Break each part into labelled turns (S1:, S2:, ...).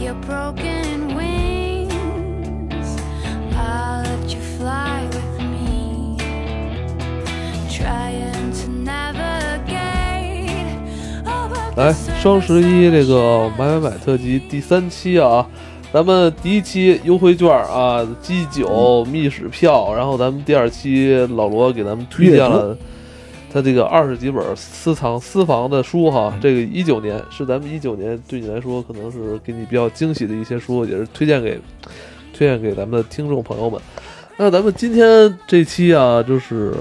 S1: your broken wings. I'll let you fly with me. Trying to navigate over the，
S2: 来双十一
S1: surface
S2: 这
S1: of
S2: 个
S1: oceans.
S2: 买买买特辑 第三期啊，咱们第一期优惠券啊，鸡酒、密室票，然后咱们第二期老罗给咱们推荐了他这个二十几本私藏私房的书哈，这个一九年是咱们一九年对你来说可能是给你比较惊喜的一些书，也是推荐给推荐给咱们的听众朋友们。那咱们今天这期啊，就是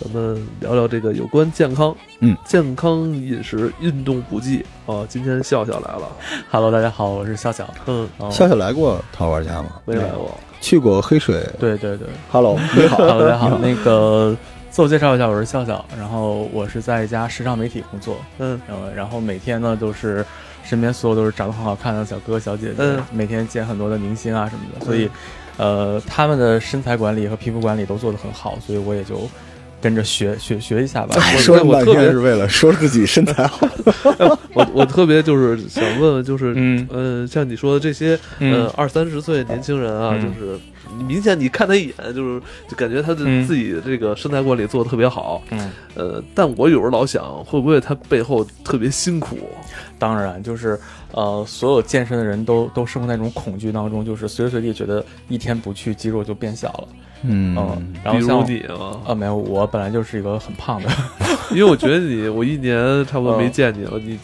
S2: 咱们聊聊这个有关健康，
S3: 嗯，
S2: 健康饮食、运动补剂啊。今天笑笑来了，
S4: Hello，大家好，我是笑笑。
S2: 嗯，
S4: 哦
S3: 笑笑来过《淘玩家》吗？
S2: 没来过，
S3: 去过黑水。
S4: 对对对
S3: Hello，你 好，
S4: ，Hello，大家好。 那个自我介绍一下，我是笑笑，然后我是在一家时尚媒体工作，
S2: 嗯，
S4: 呃，然后每天呢都是身边所有都是长得很好看的小哥哥小姐姐，
S2: 嗯
S4: 每天见很多的明星啊什么的，所以，呃，他们的身材管理和皮肤管理都做得很好，所以我也就跟着学学学一下吧。
S2: 我
S3: 说了
S2: 我
S3: 半
S2: 特别
S3: 天是为了说自己身材好。
S2: 我我特别就是想问问，就是
S4: 嗯
S2: 呃，像你说的这些呃
S4: 嗯
S2: 二三十岁年轻人啊，
S4: 嗯
S2: 就是明显你看他一眼，就是就感觉他的
S4: 嗯
S2: 自己这个身材管理做的特别好，
S4: 嗯，
S2: 呃，但我有时候老想，会不会他背后特别辛苦？
S4: 当然，就是呃，所有健身的人都都生活在一种恐惧当中，就是随时随地觉得一天不去肌肉就变小了。嗯
S3: 嗯，，
S4: 然后
S2: 比
S4: 像
S2: 如你啊，
S4: 啊，没有，我本来就是一个很胖 的，
S2: 因为我觉得你，我一年差不多没
S4: 嗯
S2: 见你了，你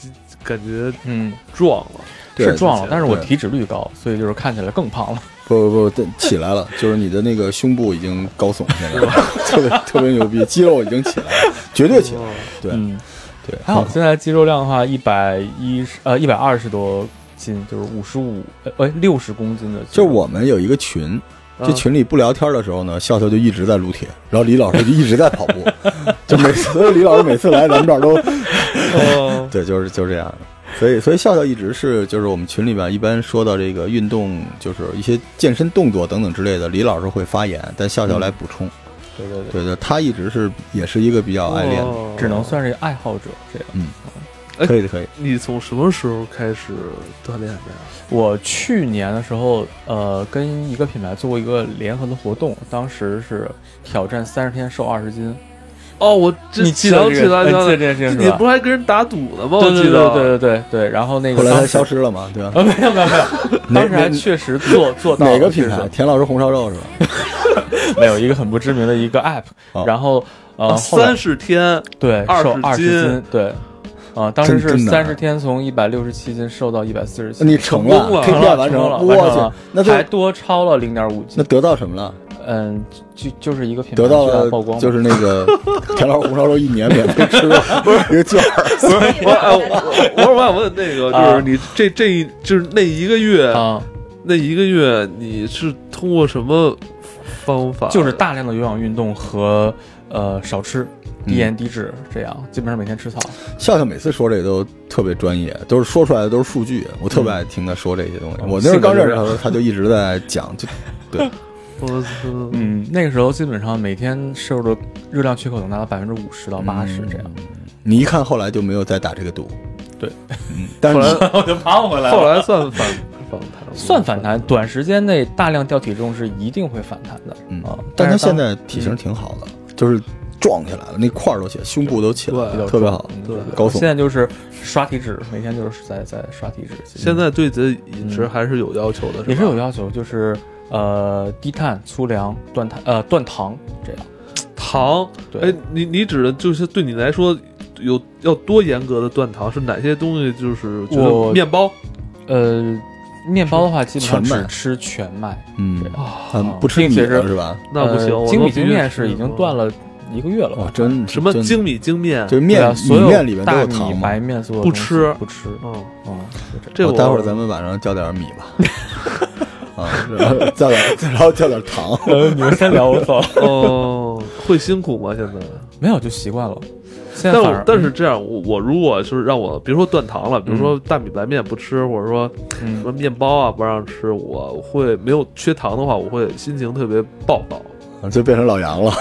S2: 感觉
S4: 嗯，
S2: 壮了。
S3: 对
S4: 是壮了，但是我
S3: 对
S4: 体脂率高，所以就是看起来更胖了。
S3: 不不不，起来 了，就是你的那个胸部已经高耸现在了，特别特别牛逼，肌肉已经起 来了，绝对起来了。对
S4: 嗯，
S3: 对，
S4: 还好现在肌肉量的话，一百一十呃一百二十多斤，就是五十五呃六十公斤的肌
S3: 就
S4: 肉，
S3: 是我们有一个群，
S2: 啊
S4: 嗯
S3: 这群里不聊天的时候呢，笑笑就一直在撸铁，然后李老师就一直在跑步， 就每次所以李老师每次来咱们这儿都
S4: 呃
S2: 哦，
S3: 对，就是就是这样的。所以，所以笑笑一直是就是我们群里边一般说到这个运动，就是一些健身动作等等之类的，李老师会发言，但笑笑来补充。
S4: 嗯对对对，
S3: 对对，他一直是也是一个比较爱练的。
S2: 哦
S4: 只能算是一个爱好者这样。
S2: 哎
S3: 可以的，可以的。
S2: 你从什么时候开始锻炼的呀？
S4: 我去年的时候，呃，跟一个品牌做过一个联合的活动，当时是挑战三十天瘦二十斤。
S2: 哦，我这
S4: 你记得
S2: 想
S4: 这
S2: 起来
S4: 个你
S2: 想
S4: 记
S2: 起来，
S4: 得这件事情
S2: 你
S4: 是吧
S2: 不？是还跟人打赌呢吗？我
S4: 对对
S2: 记
S4: 对
S2: 得，
S4: 对对对对，然后哎那个
S3: 后来他
S4: 当时
S3: 消失了嘛，对吧？
S4: 啊，没有没有没有， 当时还确实做做到了
S3: 哪个品
S4: 确
S3: 牌？
S4: 实
S3: 田老师红烧肉是吧？
S4: 没有一个很不知名的一个 app，
S3: 哦
S4: 然后呃后来
S2: 啊三十天，
S4: 对
S2: 20
S4: 瘦二十
S2: 斤
S4: 斤，对，啊当时
S3: 真
S4: 是
S3: 真难
S4: 三十天从一百六十七斤瘦到一百四十七，
S3: 你
S2: 成
S3: 成
S2: 功了
S3: k p 完
S4: 完了
S3: 了，
S4: 完成
S3: 我
S4: 了
S3: 去，，那
S4: 还
S3: 最
S4: 多超了零点五
S3: 那
S4: 斤，
S3: 得到什么了？
S4: 嗯，就就是一个品牌
S3: 得到
S4: 巨大曝
S3: 了
S4: 光，
S3: 就是那个 田老师红烧肉一年免费吃的一个券儿。
S2: 我哎我我我想问那个，就
S4: 啊
S2: 是你这这一就是那一个月，
S4: 啊，
S2: 那一个月你是通过什么方法？
S4: 就是大量的有氧运动和呃少吃。
S3: 嗯
S4: 低盐低脂，这样基本上每天吃草。
S3: 笑笑每次说这都特别专业，都是说出来的都是数据，我特别爱听他说这些东西。
S4: 嗯
S3: 我那时候刚认识
S4: 性
S3: 他
S4: 格
S3: 的时候，他就一直在讲，就
S2: 我 操
S4: 嗯，那个时候基本上每天摄入的热量缺口能达到百分之五十到八
S3: 嗯
S4: 十这样。
S3: 你一看后来就没有再打这个赌。
S4: 对，
S3: 嗯，但是
S2: 后来
S3: 你
S4: 我就胖回来
S2: 后来算反反弹吗，
S4: 算反弹，短时间内大量掉体重是一定会反弹的。
S3: 嗯
S4: 啊，
S3: 但他
S4: 是
S3: 现
S4: 当
S3: 在体型挺好的，就是壮起来了，那块儿都起来，胸部都起来
S2: 对
S3: 了，
S4: 比较
S3: 特别好。
S4: 嗯
S2: 对
S3: 高
S4: 现
S3: 耸。
S4: 在就是刷体脂，每天就是在在刷体脂。其实
S2: 现在对自己的饮
S4: 嗯
S2: 食还是有要求的，
S4: 也
S2: 吧
S4: 是有要求，就是呃低碳、粗粮、断碳呃断糖这样。
S2: 糖。
S4: 对，
S2: 哎，你你指的就是对你来说有要多严格的断糖是哪些东西？就是就是
S4: 我
S2: 面包
S4: 呃，面包的话基本上
S3: 全
S4: 只
S3: 麦
S4: 吃全麦，
S3: 嗯
S4: 这，样
S2: 啊，
S3: 嗯，不吃米
S4: 并且
S3: 了
S4: 是
S3: 是吧？
S2: 那不行，
S4: 呃
S2: 我
S4: 精
S2: 都
S4: 米
S2: 必须
S4: 精面
S2: 吃
S4: 是嗯已经断了一个个了啊吧
S3: 哇，？哦真
S2: 什么
S3: 真
S2: 精米精面？
S3: 就是
S4: 对
S3: 面
S4: 啊，所
S3: 米
S4: 有
S3: 面里面都
S4: 大
S3: 有
S4: 米
S3: 糖、吗？
S4: 白面所有
S2: 不
S4: 东西
S2: 吃
S4: 不吃。
S2: 嗯，
S4: 嗯，就这
S2: 这
S4: 样
S3: 哦
S2: 我
S3: 待会儿咱们晚上叫点米 吧。啊，然后叫点， 然后叫点 糖。
S4: 呃，你们先聊，我走。
S2: 哦， 会辛苦吗？现在？
S4: 没有，就习惯了。现
S2: 但
S4: 在
S2: 我
S4: 反而
S2: 但是这样，我我如果就是让我，比如说断糖了，比如说大米白面不吃，或者说什
S4: 嗯
S2: 么面包啊不让吃，我会没有缺糖的话，我会心情特别暴躁。
S3: 就变成老杨了。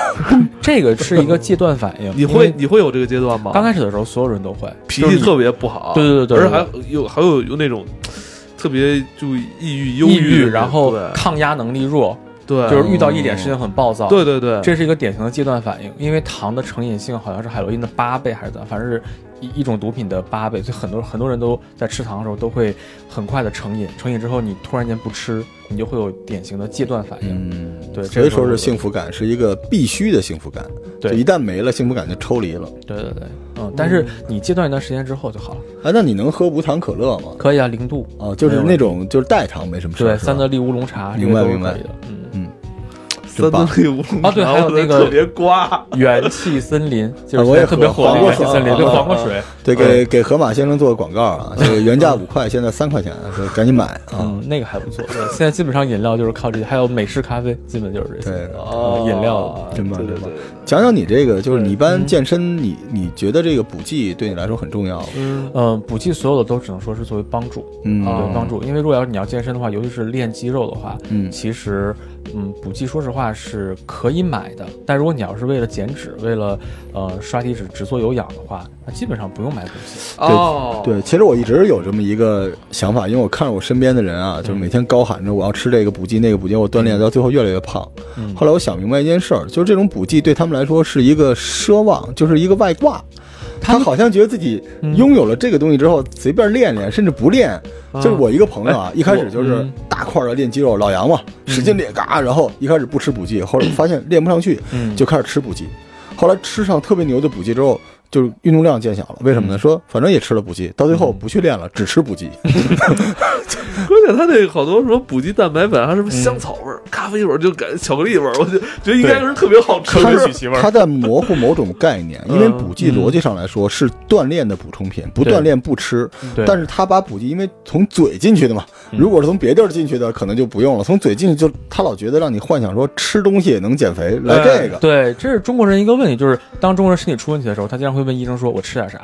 S4: 这个是一个戒断反应。
S2: 你
S4: 因
S2: 会
S4: 为
S2: 你会有这个阶段吗？
S4: 刚开始的时候，所有人都会
S2: 脾气特别不好，
S4: 对对对对
S2: 而且还有还有有那种特别就抑郁、忧
S4: 抑郁，
S2: 的
S4: 然后
S2: 对
S4: 抗压能力弱，
S2: 对，嗯
S4: 就是遇到一点事情很暴躁。
S2: 对对对，
S4: 这是一个典型的戒断反应，因为糖的成瘾性好像是海洛因的八倍还是怎样，反正是一一种毒品的八倍，所以很多很多人都在吃糖的时候都会很快的成瘾，成瘾之后你突然间不吃，你就会有典型的戒断反应。
S3: 嗯，
S4: 对
S3: 所以说
S4: 这
S3: 是
S4: 个
S3: 幸福感是一个必须的幸福感，
S4: 对
S3: 就一旦没了，幸福感就抽离了。
S4: 对对对，嗯，但是你戒断一段时间之后就好了，
S3: 哎，那你能喝无糖可乐吗？
S4: 可以啊，零度，
S3: 啊，就是那种就是代糖没什么事儿。
S4: 对，
S3: 是吧啊
S4: 三得利乌龙茶，
S3: 明
S4: 这个
S3: 白
S4: 都是
S3: 明白
S4: 可以的，嗯，
S2: 三
S3: 棒
S2: 得利乌龙
S4: 啊对还有那个
S2: 特别瓜，
S4: 元气森林就
S3: 啊
S4: 是
S3: 我
S4: 现
S3: 也
S4: 在特别
S3: 喝
S4: 火的
S3: 黄
S4: 一
S3: 瓜
S4: 个元气森林，
S3: 水
S4: 对
S3: 啊
S4: 黄瓜水，
S3: 对，给给河马先生做个广告啊，这个原价五块，现在三块钱，所以赶紧买啊。
S4: 嗯嗯，那个还不错。对，现在基本上饮料就是靠这些，还有美式咖啡，基本就是这些。
S3: 对，
S2: 哦
S4: 饮料
S3: 真棒
S2: 对对
S3: 真棒
S2: 对
S3: 讲讲你这个，就是你一
S4: 嗯
S3: 般健身，你你觉得这个补剂对你来说很重要吗？
S2: 嗯
S4: 嗯，补剂所有的都只能说是作为帮助，
S3: 嗯，
S2: 哦
S4: 啊对帮助。因为如果要是你要健身的话，尤其是练肌肉的话，
S3: 嗯
S4: 其实嗯，补剂说实话是可以买的，但如果你要是为了减脂，为了呃刷体脂、只做有氧的话，那基本上不用买补剂。
S2: 哦，
S3: 对，其实我一直有这么一个想法，因为我看着我身边的人啊，
S4: 嗯
S3: 就是每天高喊着我要吃这个补剂那个补剂，我锻炼到最后越来越胖。
S4: 嗯
S3: 后来我想明白一件事儿，就是这种补剂对他们来说是一个奢望，就是一个外挂。他好像觉得自己
S4: 嗯
S3: 拥有了这个东西之后，随便练练，甚至不练。就是我一个朋友啊，一开始就是
S4: 嗯
S3: 大块儿的练肌肉，老杨嘛，使劲练，嘎，然后一开始不吃补剂，后来发现练不上去，
S4: 嗯
S3: 就开始吃补剂。后来吃上特别牛的补剂之后，就是运动量减小了。为什么呢？说反正也吃了补剂，到最后不去练了，只吃补剂。
S2: 关键它这好多什么补剂蛋白粉，还有什
S3: 嗯
S2: 么香草味儿、咖啡味儿，就感觉巧克力味儿，我就觉得应该是特别好吃。
S3: 它它在模糊某种概念， 因
S4: 嗯
S3: 为补剂逻辑上来说是锻炼的补充品，不锻炼不吃。
S4: 对，
S3: 但是他把补剂，因为从嘴进去的嘛，
S4: 嗯
S3: 如果是从别地儿进去的，可能就不用了。从嘴进去就，他老觉得让你幻想说吃东西也能减肥，来这个。
S4: 对，这是中国人一个问题，就是当中国人身体出问题的时候，他经常会问医生说：“我吃点啥？”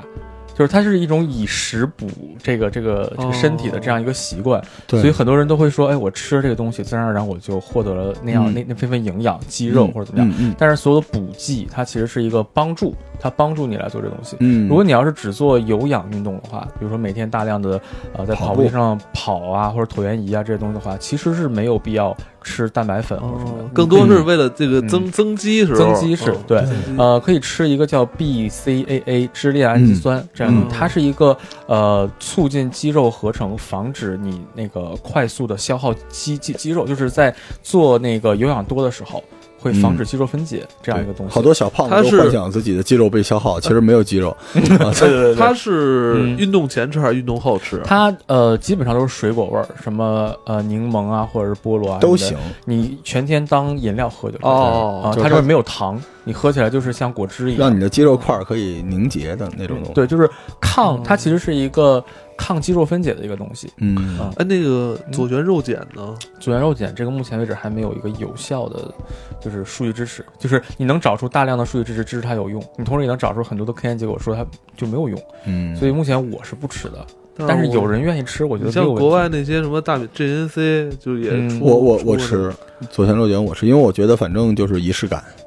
S4: 就是它是一种以食补这个这个这个身体的这样一个习惯，
S3: 哦对
S4: 所以很多人都会说：“哎，我吃了这个东西，自然而然我就获得了那样、
S3: 嗯
S4: 那那份份营养，肌肉或者怎么样。
S3: 嗯嗯
S4: 但是所有的补剂，它其实是一个帮助，它帮助你来做这东西。
S3: 嗯，
S4: 如果你要是只做有氧运动的话，比如说每天大量的呃在
S3: 跑
S4: 跑步
S3: 步
S4: 机上跑啊，或者椭圆仪啊这些东西的话，其实是没有必要吃蛋白粉或者什么的。
S2: 哦
S3: 哦
S2: 更多是为了这个
S3: 嗯
S2: 增增肌时候，
S4: 增肌是
S2: 嗯
S4: 对
S2: 增肌
S4: 呃，可以吃一个叫 BCAA 支链氨基酸、这样的
S2: 嗯，
S4: 它是一个呃促进肌肉合成，防止你那个快速的消耗肌肌肌肉，就是在做那个有氧多的时候会防止肌肉分解、这样一个东西。
S3: 嗯好多小胖
S2: 它
S3: 子
S2: 是
S3: 都幻想自己的肌肉被消耗，其实没有肌肉。啊
S4: 对对对
S2: 它
S4: 对。
S2: 是
S4: 嗯
S2: 运动前吃还是运动后吃？啊
S4: 它呃，基本上都是水果味儿，什么呃柠檬啊，或者是菠萝啊，
S3: 都行。
S4: 你全天当饮料喝就可以了。
S2: 哦
S4: 啊，
S3: 就
S4: 它
S3: 是它
S4: 这边没有糖，你喝起来就是像果汁一样
S3: 让。你的肌肉块儿可以凝结的那种东西。，
S4: 嗯对，就是抗
S2: 哦，
S4: 它其实是一个抗肌肉分解的一个东西。
S3: 嗯，
S2: 哎，那个左旋肉碱呢？
S4: 左旋肉碱这个目前为止还没有一个有效的，就是数据支持，就是你能找出大量的数据支持支持它有用，你同时也能找出很多的科研结果说它就没有用，
S3: 嗯，
S4: 所以目前我是不吃的，但是
S2: 我
S4: 有人愿意吃，我觉
S2: 哦你
S4: 得
S2: 像
S4: 没有问
S2: 国
S4: 题
S2: 外那些什么大米 GNC 就也
S4: 嗯
S2: 出
S3: 我我
S2: 出
S3: 我
S2: 的
S3: 吃左旋肉碱，我吃，因为我觉得反正就是仪式感。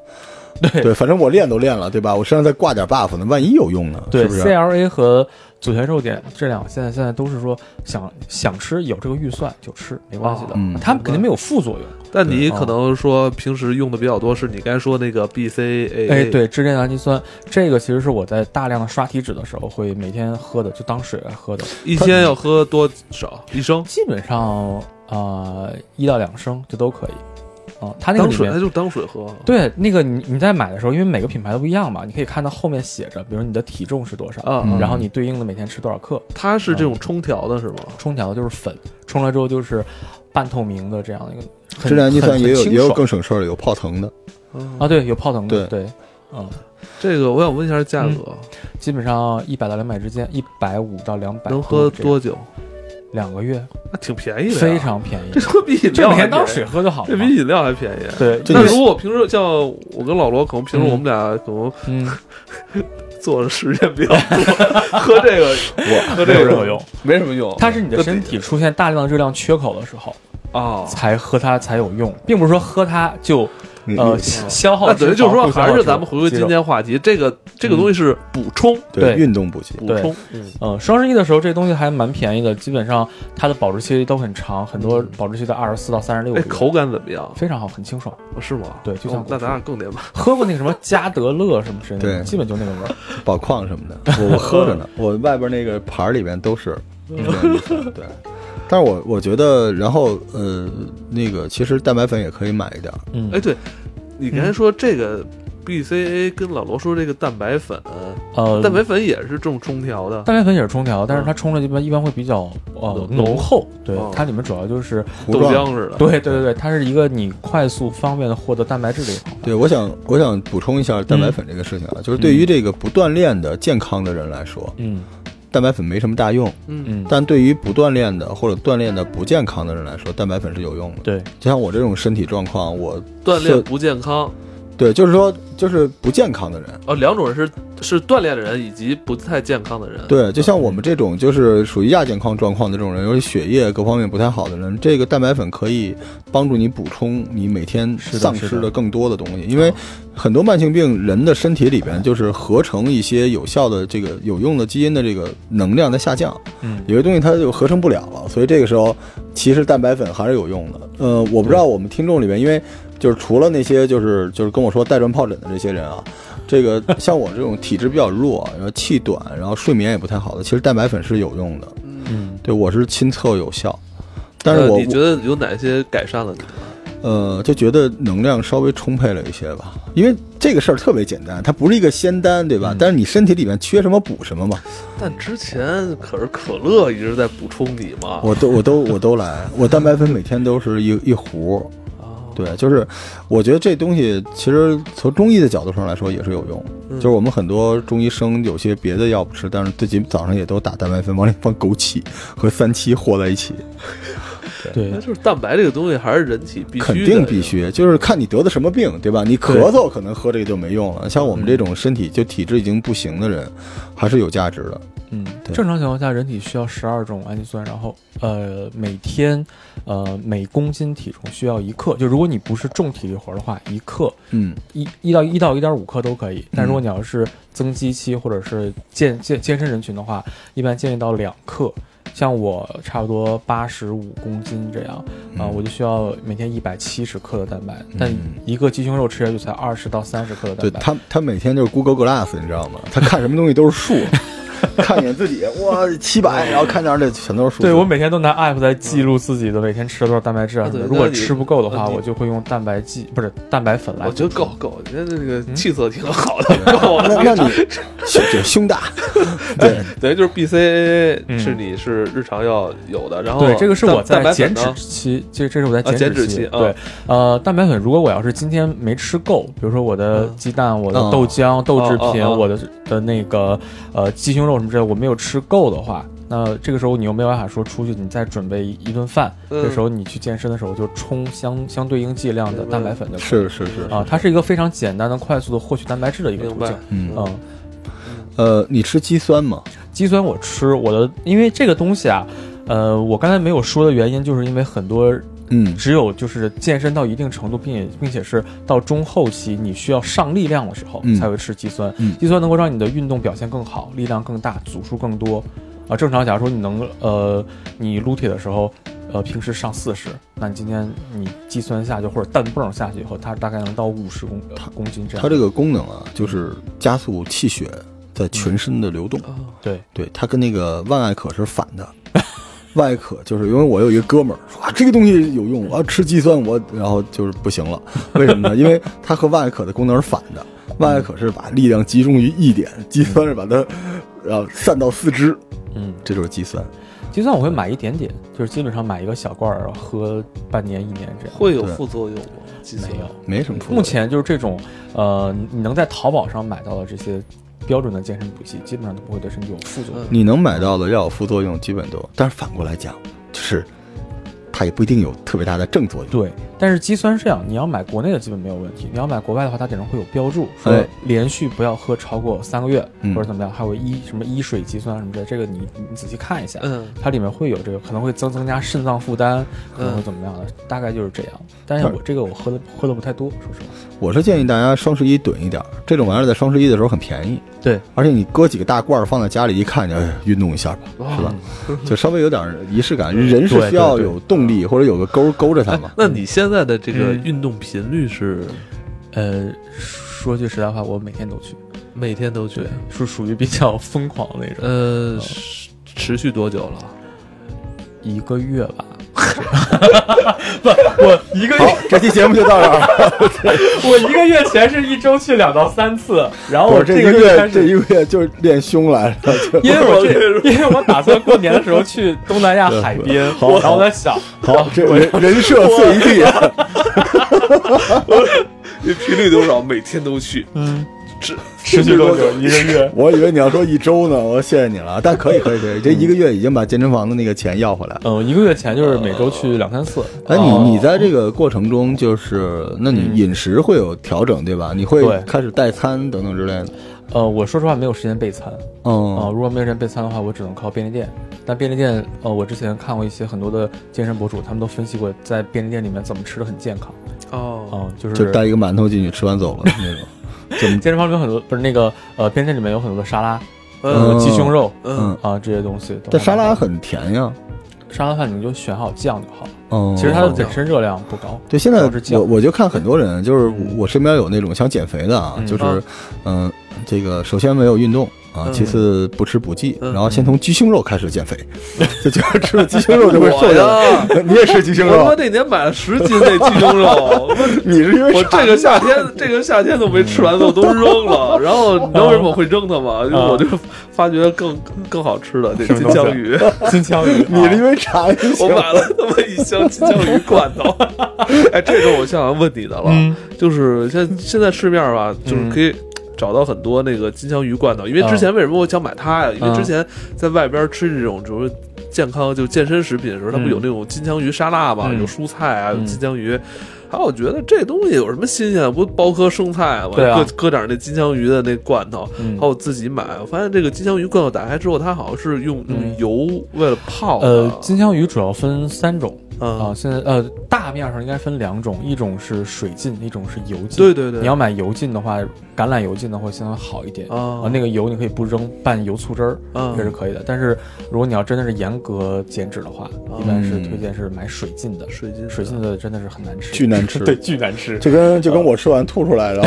S4: 对
S3: 对，反正我练都练了，对吧？我身上再挂点 buff 呢，万一有用呢？
S4: 对
S3: 是不是？
S4: CLA 和左旋肉碱这两个现在现在都是说想想吃有这个预算就吃没关系的
S2: 哦，
S3: 嗯
S4: 他们肯定没有副作用。
S2: 但你
S3: 对
S2: 可能说平时用的比较多，是你刚才说那个 BCA，
S4: 哎，，对，支链氨基酸这个其实是我在大量的刷体脂的时候会每天喝的，就当水来喝的。
S2: 一天要喝多少？一升？
S4: 基本上呃一到两升这都可以啊、它那个
S2: 当
S4: 里
S2: 水，它
S4: 面
S2: 就当水喝。
S4: 对那个你你在买的时候，因为每个品牌都不一样嘛，你可以看到后面写着，比如你的体重是多少，
S2: 啊，
S3: 嗯
S2: 啊
S4: 然后你对应的每天吃多少克，
S2: 它是这种冲调的是吗？
S4: 冲调的就是粉，冲了之后就是半透明的这样一个很，
S3: 支链氨基酸
S4: 很
S3: 也有
S4: 很
S3: 也
S4: 清
S3: 有
S4: 爽
S3: 更省事儿的，有 泡腾的。
S2: 嗯
S4: 啊，对，有泡腾的，对，嗯，
S2: 这个我想问一下价格，
S4: 基本上一百到两百之间，一百五到两百，
S2: 能喝多久？
S4: 两个月，
S2: 那挺便宜的呀，
S4: 非常便宜
S2: 这，他妈比饮
S4: 这
S2: 料
S4: 每
S2: 还
S4: 天当
S2: 便宜
S4: 水，喝就好
S2: 这
S4: 了
S2: 比
S4: 嘛。
S2: 饮料还便宜。
S4: 对，
S3: 这
S4: 那
S2: 那
S3: 个
S2: 如果平时像我跟老罗，可能平时
S4: 嗯
S2: 我们俩可能
S4: 嗯，
S2: 做的时间比较多，喝这个
S3: 我
S2: 喝
S4: 没
S2: 这
S4: 有任何
S2: 个
S4: 用。
S3: 没什么用
S4: 它是你的身体出现大量的热量缺口的时候
S2: 啊，
S4: 才喝它才有用，并不是说喝它就
S3: 嗯
S4: 呃
S3: 嗯
S4: 消消耗
S2: 那
S4: 脂肪。
S2: 等于就是说，
S4: 会消耗
S2: 还是
S4: 脂肪
S2: 咱们回归
S4: 肌
S2: 今
S4: 肉
S2: 天话题，这个这个东西是补充，
S4: 对
S3: 对运动补哎给，
S2: 补
S4: 对
S2: 充，嗯
S4: 嗯，双十一的时候这东西还蛮便宜的，基本上它的保质期都很长，很多保质期在二十四到三十六
S2: 嗯
S4: 个
S2: 哎，
S4: 月，
S2: 口感怎么样？
S4: 非常好，很清爽。
S2: 是吗？
S4: 对就像
S2: 哦那咱俩更得买。
S4: 喝过那个什么加德乐什么之类的，
S3: 对
S4: 基本就那个
S2: 哎
S4: 味儿。
S3: 宝矿什么的，我我喝着呢，
S4: 嗯
S3: 我外边那个盘儿里面都是，对。但是我我觉得，然后呃，那个其实蛋白粉也可以买一点儿，
S4: 嗯，
S2: 哎，对，你刚才说这个 BCA 跟老罗说这个蛋白粉，
S3: 嗯
S4: 呃，
S2: 蛋白粉也是这种冲调的，
S4: 蛋白粉也是冲调，但是它冲的一般一般会比较呃
S2: 嗯浓
S4: 浓厚。对
S2: 哦，
S4: 它里面主要就是
S3: 糊
S2: 豆
S3: 状
S2: 浆似的。
S4: 对对对对，它是一个你快速方便的获得蛋白质的一个方法。
S3: 对，我想我想补充一下蛋白粉这个事情啊，就是对于这个不锻炼的健康的人来说，
S4: 嗯
S3: 蛋白粉没什么大用；
S2: 嗯，
S4: 嗯，
S3: 但对于不锻炼的或者锻炼的不健康的人来说，蛋白粉是有用的。
S4: 对，
S3: 就像我这种身体状况，我
S2: 锻
S3: 是
S2: 炼不健康
S3: 对，就是说就是不健康的人，
S2: 哦，两种人是是锻炼的人以及不太健康的人。嗯
S3: 对，就像
S4: 嗯
S3: 我们这种就是属于亚健康状况的这种人，尤其血液各方面不太好的人，这个蛋白粉可以帮助你补充你每天
S4: 是的
S3: 丧
S4: 是
S3: 失
S4: 的嗯
S3: 的更多的东西。因为很多慢性病人的身体里边就是合成一些有效的这个有用的基因的这个能量在下降，
S4: 嗯
S3: 有些东西它就合成不了了，所以这个时候其实蛋白粉还是有用的。呃，我不知道我们听众里面，因为就是除了那些就是就是跟我说带状疱疹的这些人啊，这 个像我这种体质比较弱，然后气短，然后睡眠也不太好的，其实蛋白粉是有用的。
S4: 嗯，
S3: 对我是亲测有效，但是
S2: 呃
S3: 我
S2: 你觉得有哪些改善了你？
S3: 呃，就觉得能量稍微充沛了一些吧，因为这个事儿特别简单，它不是一个仙丹，对吧？
S2: 嗯
S3: 但是你身体里面缺什么补什么嘛。
S2: 但之前可是可乐一直在补充你嘛。
S3: 我都我都我都来，我蛋白粉每天都是一一壶。
S2: 哦
S3: 对，就是我觉得这东西其实从中医的角度上来说也是有用。就是我们很多中医生有些别的药不吃，但是自己早上也都打蛋白粉，往里放枸杞和三七和在一起，
S4: 对
S2: 那，就是蛋白这个东西还是人体必须的，
S3: 肯定必。须。就是看你得的什么病，对吧？你咳嗽可能喝这个就没用了。像我们这种身体就体质已经不行的人，还是有价值的。
S4: 嗯，
S3: 对
S4: 正常情况下，人体需要十二种氨基酸，然后呃，每天呃每公斤体重需要一克，就如果你不是重体力活儿的话，一克
S3: 嗯，
S4: 一一到一到一点五克都可以。但如果你要是增肌期或者是健健健身人群的话，一般建议到两克。像我差不多八十五公斤这样啊、
S3: 嗯
S4: 我就需要每天一百七十克的蛋白，
S3: 嗯
S4: 但一个鸡胸肉吃下去才二十到三十克的
S3: 对
S4: 蛋白。
S3: 他，他每天就是 Google Glass，你知道吗？他看什么东西都是数，看一眼自己，哇，七百，然后看那儿的全都是数嗯字。
S4: 对我每天都拿 app 在记录自己的每天吃了多少蛋白质啊
S2: 啊
S4: 什么
S2: 对
S4: 的。如果
S2: 那你
S4: 吃不够的
S2: 啊
S4: 话，
S2: 你
S4: 我就会用蛋白剂不是蛋白粉来
S2: 我
S4: 补
S2: 觉
S4: 充。
S2: 得哦够够，你看这个气色挺好的，够了。
S3: 嗯 那那你胸就胸 大，对，
S2: 等于就是 BCAA
S4: 嗯
S2: 是你是日常要有的，然后
S4: 对，这个是我
S2: 哦蛋
S4: 在
S2: 白
S4: 减
S2: 粉
S4: 脂
S2: 呢
S4: 期，这这是我在
S2: 啊减脂
S4: 脂
S2: 期啊
S4: 对，呃，蛋白粉如果我要是今天没吃够，比如说我的
S2: 嗯
S4: 鸡蛋、我的
S3: 哦
S4: 豆浆、豆制
S2: 哦
S4: 品、
S2: 哦
S4: 我的的那个呃鸡胸肉什么之类的，我没有吃够的话。那这个时候你又没有办法说出去，你再准备一顿饭。
S2: 嗯
S4: 这时候你去健身的时候就冲相相对应剂量的
S2: 明白
S4: 蛋白粉就可以
S3: 是是是
S4: 了啊，它是一个非常简单的、快速的获取蛋白质的一个
S2: 明
S4: 途
S2: 白
S4: 径。？
S3: 嗯
S4: 嗯，
S3: 呃，你吃肌酸吗？
S4: 肌酸我吃，我的因为这个东西啊，呃，我刚才没有说的原因，就是因为很多
S3: 嗯，
S4: 只有就是健身到一定程度，并且并且是到中后期你需要上力量的时候
S3: 嗯
S4: 才会吃肌酸。
S3: 嗯
S4: 肌酸能够让你的运动表现更好，力量更大，组数更多。啊，正常假如说你能呃，你撸铁的时候，呃，平时上四十，那你今天你肌酸下去或者氮泵下去以后，它大概能到五十公呃公斤这样。
S3: 它这个功能啊，就是加速气血在全身的流动。
S2: 啊，
S4: 对
S3: 对，它跟那个万艾可是反的。 万艾可就是因为我有一个哥们儿说啊，这个东西有用，我要吃肌酸，我然后就是不行了。为什么呢？因为它和万艾可的功能是反的。万艾可是把力量集中于一点，肌酸是把它然后散到四肢，
S4: 嗯，
S3: 这就是肌酸。
S4: 肌酸我会买一点点，就是基本上买一个小罐儿，然后喝半年一年这样。
S2: 会有
S3: 对
S2: 副作用吗？肌酸
S4: 没有。
S3: 没什么副作用
S4: 目前就是这种，呃，你能在淘宝上买到的这些标准的健身补剂，基本上都不会对身体有副作用。
S2: 嗯
S3: 你能买到的要有副作用，基本都。但是反过来讲，就是它也不一定有特别大的正作用。
S4: 对，但是肌酸是这样，你要买国内的基本没有问题，你要买国外的话，它顶上会有标注，说
S3: 哎
S4: 连续不要喝超过三个月，
S3: 嗯
S4: 或者怎么样，还有一什么一水肌酸什么的，这个你你仔细看一下，
S2: 嗯，
S4: 它里面会有这个，可能会增增加肾脏负担，可能会
S2: 嗯
S4: 怎么样的，大概就是这样。但是我这个我喝的喝的不太多，说实话，
S3: 我是建议大家双十一囤一点儿，这种玩意儿在双十一的时候很便宜，
S4: 对，
S3: 而且你搁几个大罐儿放在家里一看，你哎，运动一下吧，
S2: 哦
S3: 是吧？ 就稍微有点儿仪式感，人是需要
S4: 对对对
S3: 有动力或者有个勾勾着它
S2: 哎
S3: 嘛，。
S2: 那你现在的这个
S4: 嗯
S2: 运动频率是
S4: 呃，说句实在话，我每天都去，
S2: 每天都去
S4: 对？，是属于比较疯狂的那种，
S2: 呃，持持续多久了？
S4: 一个月吧。不，我一个
S3: 好，这期节目就到 这儿啊了。
S4: 我一个月前是一周去两到三次，然后
S3: 我
S4: 我
S3: 这
S4: 哦
S3: 一
S4: 个
S3: 个
S4: 月
S3: 月
S4: 开
S3: 这一
S4: 始，
S3: 个月就是练胸来了，就
S4: 因为我
S2: 我这
S4: 这 因为我打算过年的时候去东南亚海边，然后我在想，
S3: 好，这人人设碎一地。啊
S2: 你频率多少？每天都去，
S4: 嗯，
S2: 持
S4: 持续多久？一个月？
S3: 我以为你要说一周呢，我谢谢你了 啊。但可以可以可以，这一个月已经把健身房的那个钱要回来了。
S4: 嗯，一个月前就是每周去两三次。
S3: 哎，
S2: 哦
S3: 你你在这个过程中，就是那你饮食会有调整对吧？你会
S4: 嗯对
S3: 开始代餐等等之类的。
S4: 呃，我说实话没有时间备餐啊、呃
S3: 嗯，
S4: 如果没有时间备餐的话，我只能靠便利店。但便利店，呃，我之前看过一些很多的健身博主，他们都分析过在便利店里面怎么吃的很健康
S2: 哦，
S4: 啊、就是
S3: 就带一个馒头进去，吃完走了 那种。
S4: 健身房里面有很多不是那个呃便利店里面有很多的沙拉，
S2: 嗯
S4: 呃鸡胸肉
S2: 嗯
S3: 嗯，
S4: 啊、这些东西都还蛮好的。
S3: 但沙拉很甜呀。
S4: 沙拉饭你就选好酱就好了。
S3: 嗯，
S4: 其实它
S2: 的
S4: 的本身热量不高，
S3: 对，现在
S4: 主要是酱
S3: 我我就看很多人，就是我身边有那种想减肥的啊，
S4: 嗯
S3: 就是
S2: 嗯啊
S3: 嗯、这个首先没有运动啊，
S2: 嗯
S3: 其次不吃补剂，
S2: 嗯
S3: 然后先从鸡胸肉开始减肥， 就觉得吃了鸡胸肉就会瘦
S2: 我
S3: 下来。
S2: 呀，
S3: 你也吃鸡胸
S2: 我他妈
S3: 肉？
S2: 那年买了十斤那 鸡胸肉，
S3: 你是因为
S2: 我
S3: 啥。
S2: 这个夏天，这个夏天都没吃
S4: 嗯
S2: 完，我都扔 了。然后你知道为什么我会扔它吗？就是我就发觉更更好吃的这
S4: 啊什么
S2: 金
S4: 东西啊
S2: 枪鱼，
S4: 金枪鱼
S3: 你是因为啥呀？
S2: 我买了他妈一箱金枪鱼罐 头。哎，这个我想问你的了，
S4: 嗯
S2: 就是现现在市面儿吧，就是可以。找到很多那个金枪鱼罐头，因为
S4: 啊
S2: 之前为什么我想买它呀？因为之前在外边吃这种就是健康就健身食品的时候，它不
S4: 嗯
S2: 有那种金枪鱼沙拉嘛，
S4: 嗯
S2: 有蔬菜啊，有
S4: 嗯
S2: 金枪鱼。还有我觉得这东西有什么新鲜的？啊不包颗生菜嘛，
S4: 对啊
S2: 搁搁点儿那金枪鱼的那罐头，
S4: 嗯
S2: 还有自己买。我发现这个金枪鱼罐头打开之后，它好像是用用
S4: 嗯
S2: 油为了泡的。
S4: 呃，金枪鱼主要分三种啊、
S2: 啊，
S4: 现在呃大面上应该分两种，一种是水浸，一种是油浸。
S2: 对对对，
S4: 你要买油浸的话，橄榄油浸的会相对好一点啊、
S2: 啊
S4: 那个油你可以不扔，拌油醋汁儿
S2: 啊
S4: 这是可以的。但是如果你要真的是严格减脂的话，
S2: 啊
S4: 一般是
S3: 嗯
S4: 推荐是买水浸的，
S2: 水晶
S4: 水浸的真的是很难吃，
S3: 巨难吃
S4: 对，巨难吃。
S3: 就跟就跟我吃完吐出来，然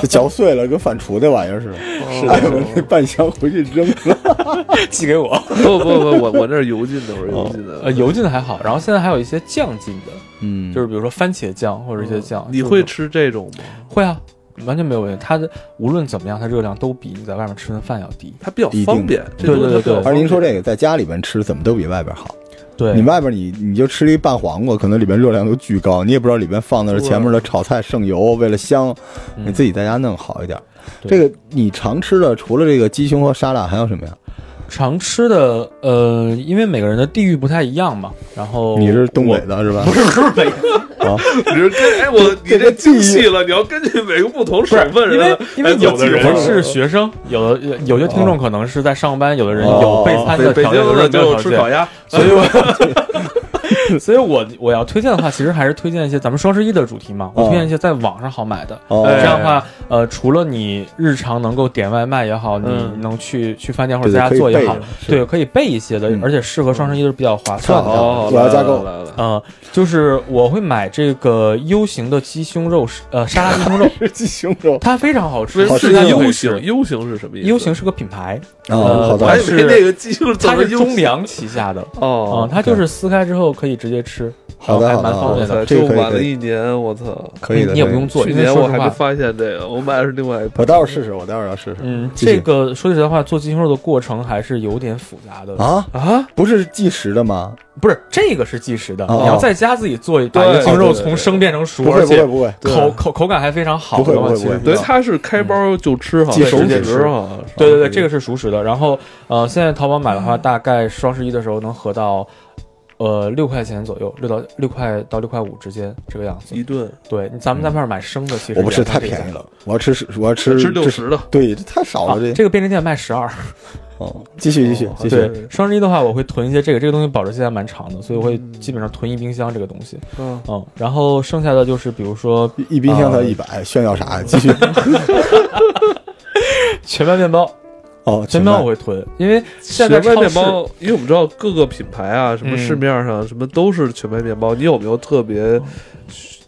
S3: 就嚼碎了，跟反刍那玩意儿似的。
S2: 是
S3: 哎呦，那半箱回去扔了。
S4: 寄给我。
S2: 不不不，我我那是油浸的，我是油浸的。
S4: 呃，油浸的还好，然后现在还有一些酱浸的，
S3: 嗯
S4: 就是比如说番茄酱或者一些酱，
S2: 哦你
S4: 就是
S2: 会吃这种吗？
S4: 会啊，完全没有问题。它的无论怎么样，它热量都比你在外面吃顿饭要低。
S2: 它比较
S3: 一定
S2: 方便，这
S4: 对
S2: 东西
S4: 对
S2: 它比较
S4: 对
S3: 而
S2: 方
S3: 您说
S2: 便
S3: 这个，在家里边吃怎么都比外边好。
S4: 对
S3: 你外边你你就吃一半黄瓜，可能里边热量都巨高，你也不知道里边放的是
S2: 对
S3: 前面的炒菜剩油，为了香，
S4: 嗯
S3: 你自己在家弄好一点。
S4: 对
S3: 这个你常吃的除了这个鸡胸和沙拉还有什么呀？
S4: 常吃的，呃，因为每个人的地域不太一样嘛，然后
S3: 你是东北的是吧？不是不是北啊，
S2: 你说这哎，我你
S3: 这
S2: 这
S3: 个
S2: 精
S3: 地
S2: 细了，你要根据每个不同
S4: 不
S2: 省
S4: 是
S2: 份
S4: 因
S2: 人啊哎
S4: 为
S2: 来，
S4: 因为
S2: 来
S4: 有
S2: 做
S4: 的
S2: 计
S4: 人
S2: 划
S4: 是学生，有的有些听众可能是在上班，有的人
S3: 哦
S4: 有备餐的
S2: 北
S4: 条
S2: 京
S4: 件，有的
S2: 人
S4: 人没有
S2: 就
S4: 条
S2: 吃
S4: 件
S2: 烤鸭，
S4: 所以我，所以我我要推荐的话，其实还是推荐一些咱们双十一的主题嘛，我推荐一些在网上好买的。
S3: 哦
S4: 这样的话，呃，除了你日常能够点外卖也好，你
S2: 嗯
S4: 能去去饭店或
S3: 对
S4: 者在家
S3: 可以
S4: 做也
S3: 备
S4: 好
S3: 着，是
S4: 对，可以备一些的
S3: 嗯，啊
S4: 而且适合双十一都是比较划算
S3: 好
S4: 的。
S2: 好，
S3: 我要加购
S2: 来了。来了
S4: 呃，就是我会买这个 U 型的鸡胸肉，呃，沙拉鸡胸肉，
S3: 是 鸡胸肉
S4: 它非常好吃。
S2: 为
S3: 好
S2: 是
S3: 吃
S4: 是它
S3: 吗
S2: U
S4: ，U
S2: 型
S4: 型
S2: ，U 型是什么意思
S4: ，U 型是个品 牌，
S3: 啊，
S4: 呃
S3: 好
S2: 我还
S3: 的
S2: 以
S4: 是
S2: 为那个鸡胸怎
S4: 它
S2: 么
S4: 是
S2: 是 U
S4: 中
S2: 型
S4: 粮旗下的。嗯
S2: 哦，，
S4: 它就是撕开之后可以直接吃，
S3: 好的
S4: 还
S3: 好的
S4: 蛮方
S3: 好
S4: 便
S3: 的，
S4: 的。
S2: 我操
S3: 这
S2: 就
S3: 个可以
S2: 晚
S3: 可
S2: 了
S3: 以
S2: 一年，我操！
S3: 可以的，
S4: 你也
S3: 可
S4: 不
S3: 以
S4: 用
S3: 的
S4: 做，
S2: 去
S4: 因为
S2: 年
S4: 说
S2: 我
S4: 实
S2: 还没
S4: 话，
S2: 发现这个，我买的是另外一
S3: 我
S2: 款。
S3: 待会儿试试，我待会儿要试试。
S4: 嗯，
S3: 继续
S4: 这个说句实在话，做鸡胸肉的过程还是有点复杂的。
S3: 啊，
S2: 啊，
S3: 不是计时的吗？
S4: 不是，这个是计时的，
S3: 哦
S4: 你要在家自己做，把
S2: 对
S4: 一个鸡肉
S2: 对对对
S4: 从生变成熟，
S3: 不会
S4: 而
S3: 不会
S4: 且
S3: 不会，啊
S2: 对
S4: 口口口感还非常好
S3: 不会
S4: 的
S3: 不
S4: 话，
S3: 会
S4: 其
S3: 不
S4: 实
S3: 会
S4: 比
S2: 对，
S4: 较
S2: 它是开包就吃哈，
S3: 即食
S2: 手
S3: 即
S2: 指
S3: 食
S2: 哈。
S4: 对
S3: 嗯
S4: 对对，这个是熟食的。然后呃，现在淘宝买的话，大概双十一的时候能合到呃，六块钱左右，六到六块到六块五之间这个样子
S2: 一。顿
S4: 对，你咱们在那儿买生的，其实
S3: 我不吃
S4: 也
S3: 太
S4: 这个
S3: 便宜
S4: 价
S3: 了，我要吃十我要吃
S2: 吃六
S3: 这
S2: 十的，
S3: 对，这太少
S4: 啊
S3: 了，这
S4: 这个便利店卖十二，
S3: 哦，继续继续
S2: 哦
S3: 继续
S2: 对，
S4: 双十一的话，我会囤一些这个，这个东西保质期还蛮长的，所以我
S3: 嗯
S4: 会基本上囤一冰箱这个东西。
S2: 嗯，
S4: 嗯，然后剩下的就是比如说
S3: 一一冰
S4: 啊
S3: 箱才一百，炫耀啥呀？继 续
S4: 全麦面包，
S3: 哦，
S4: 全
S3: 全
S4: 麦
S3: 麦
S4: 我会囤，因为现
S2: 全
S4: 在
S2: 麦
S4: 超
S2: 面
S4: 市
S2: 包，因为我们知道各个品牌啊，什么
S4: 嗯
S2: 市面上什么都是全麦面包，你有没有特别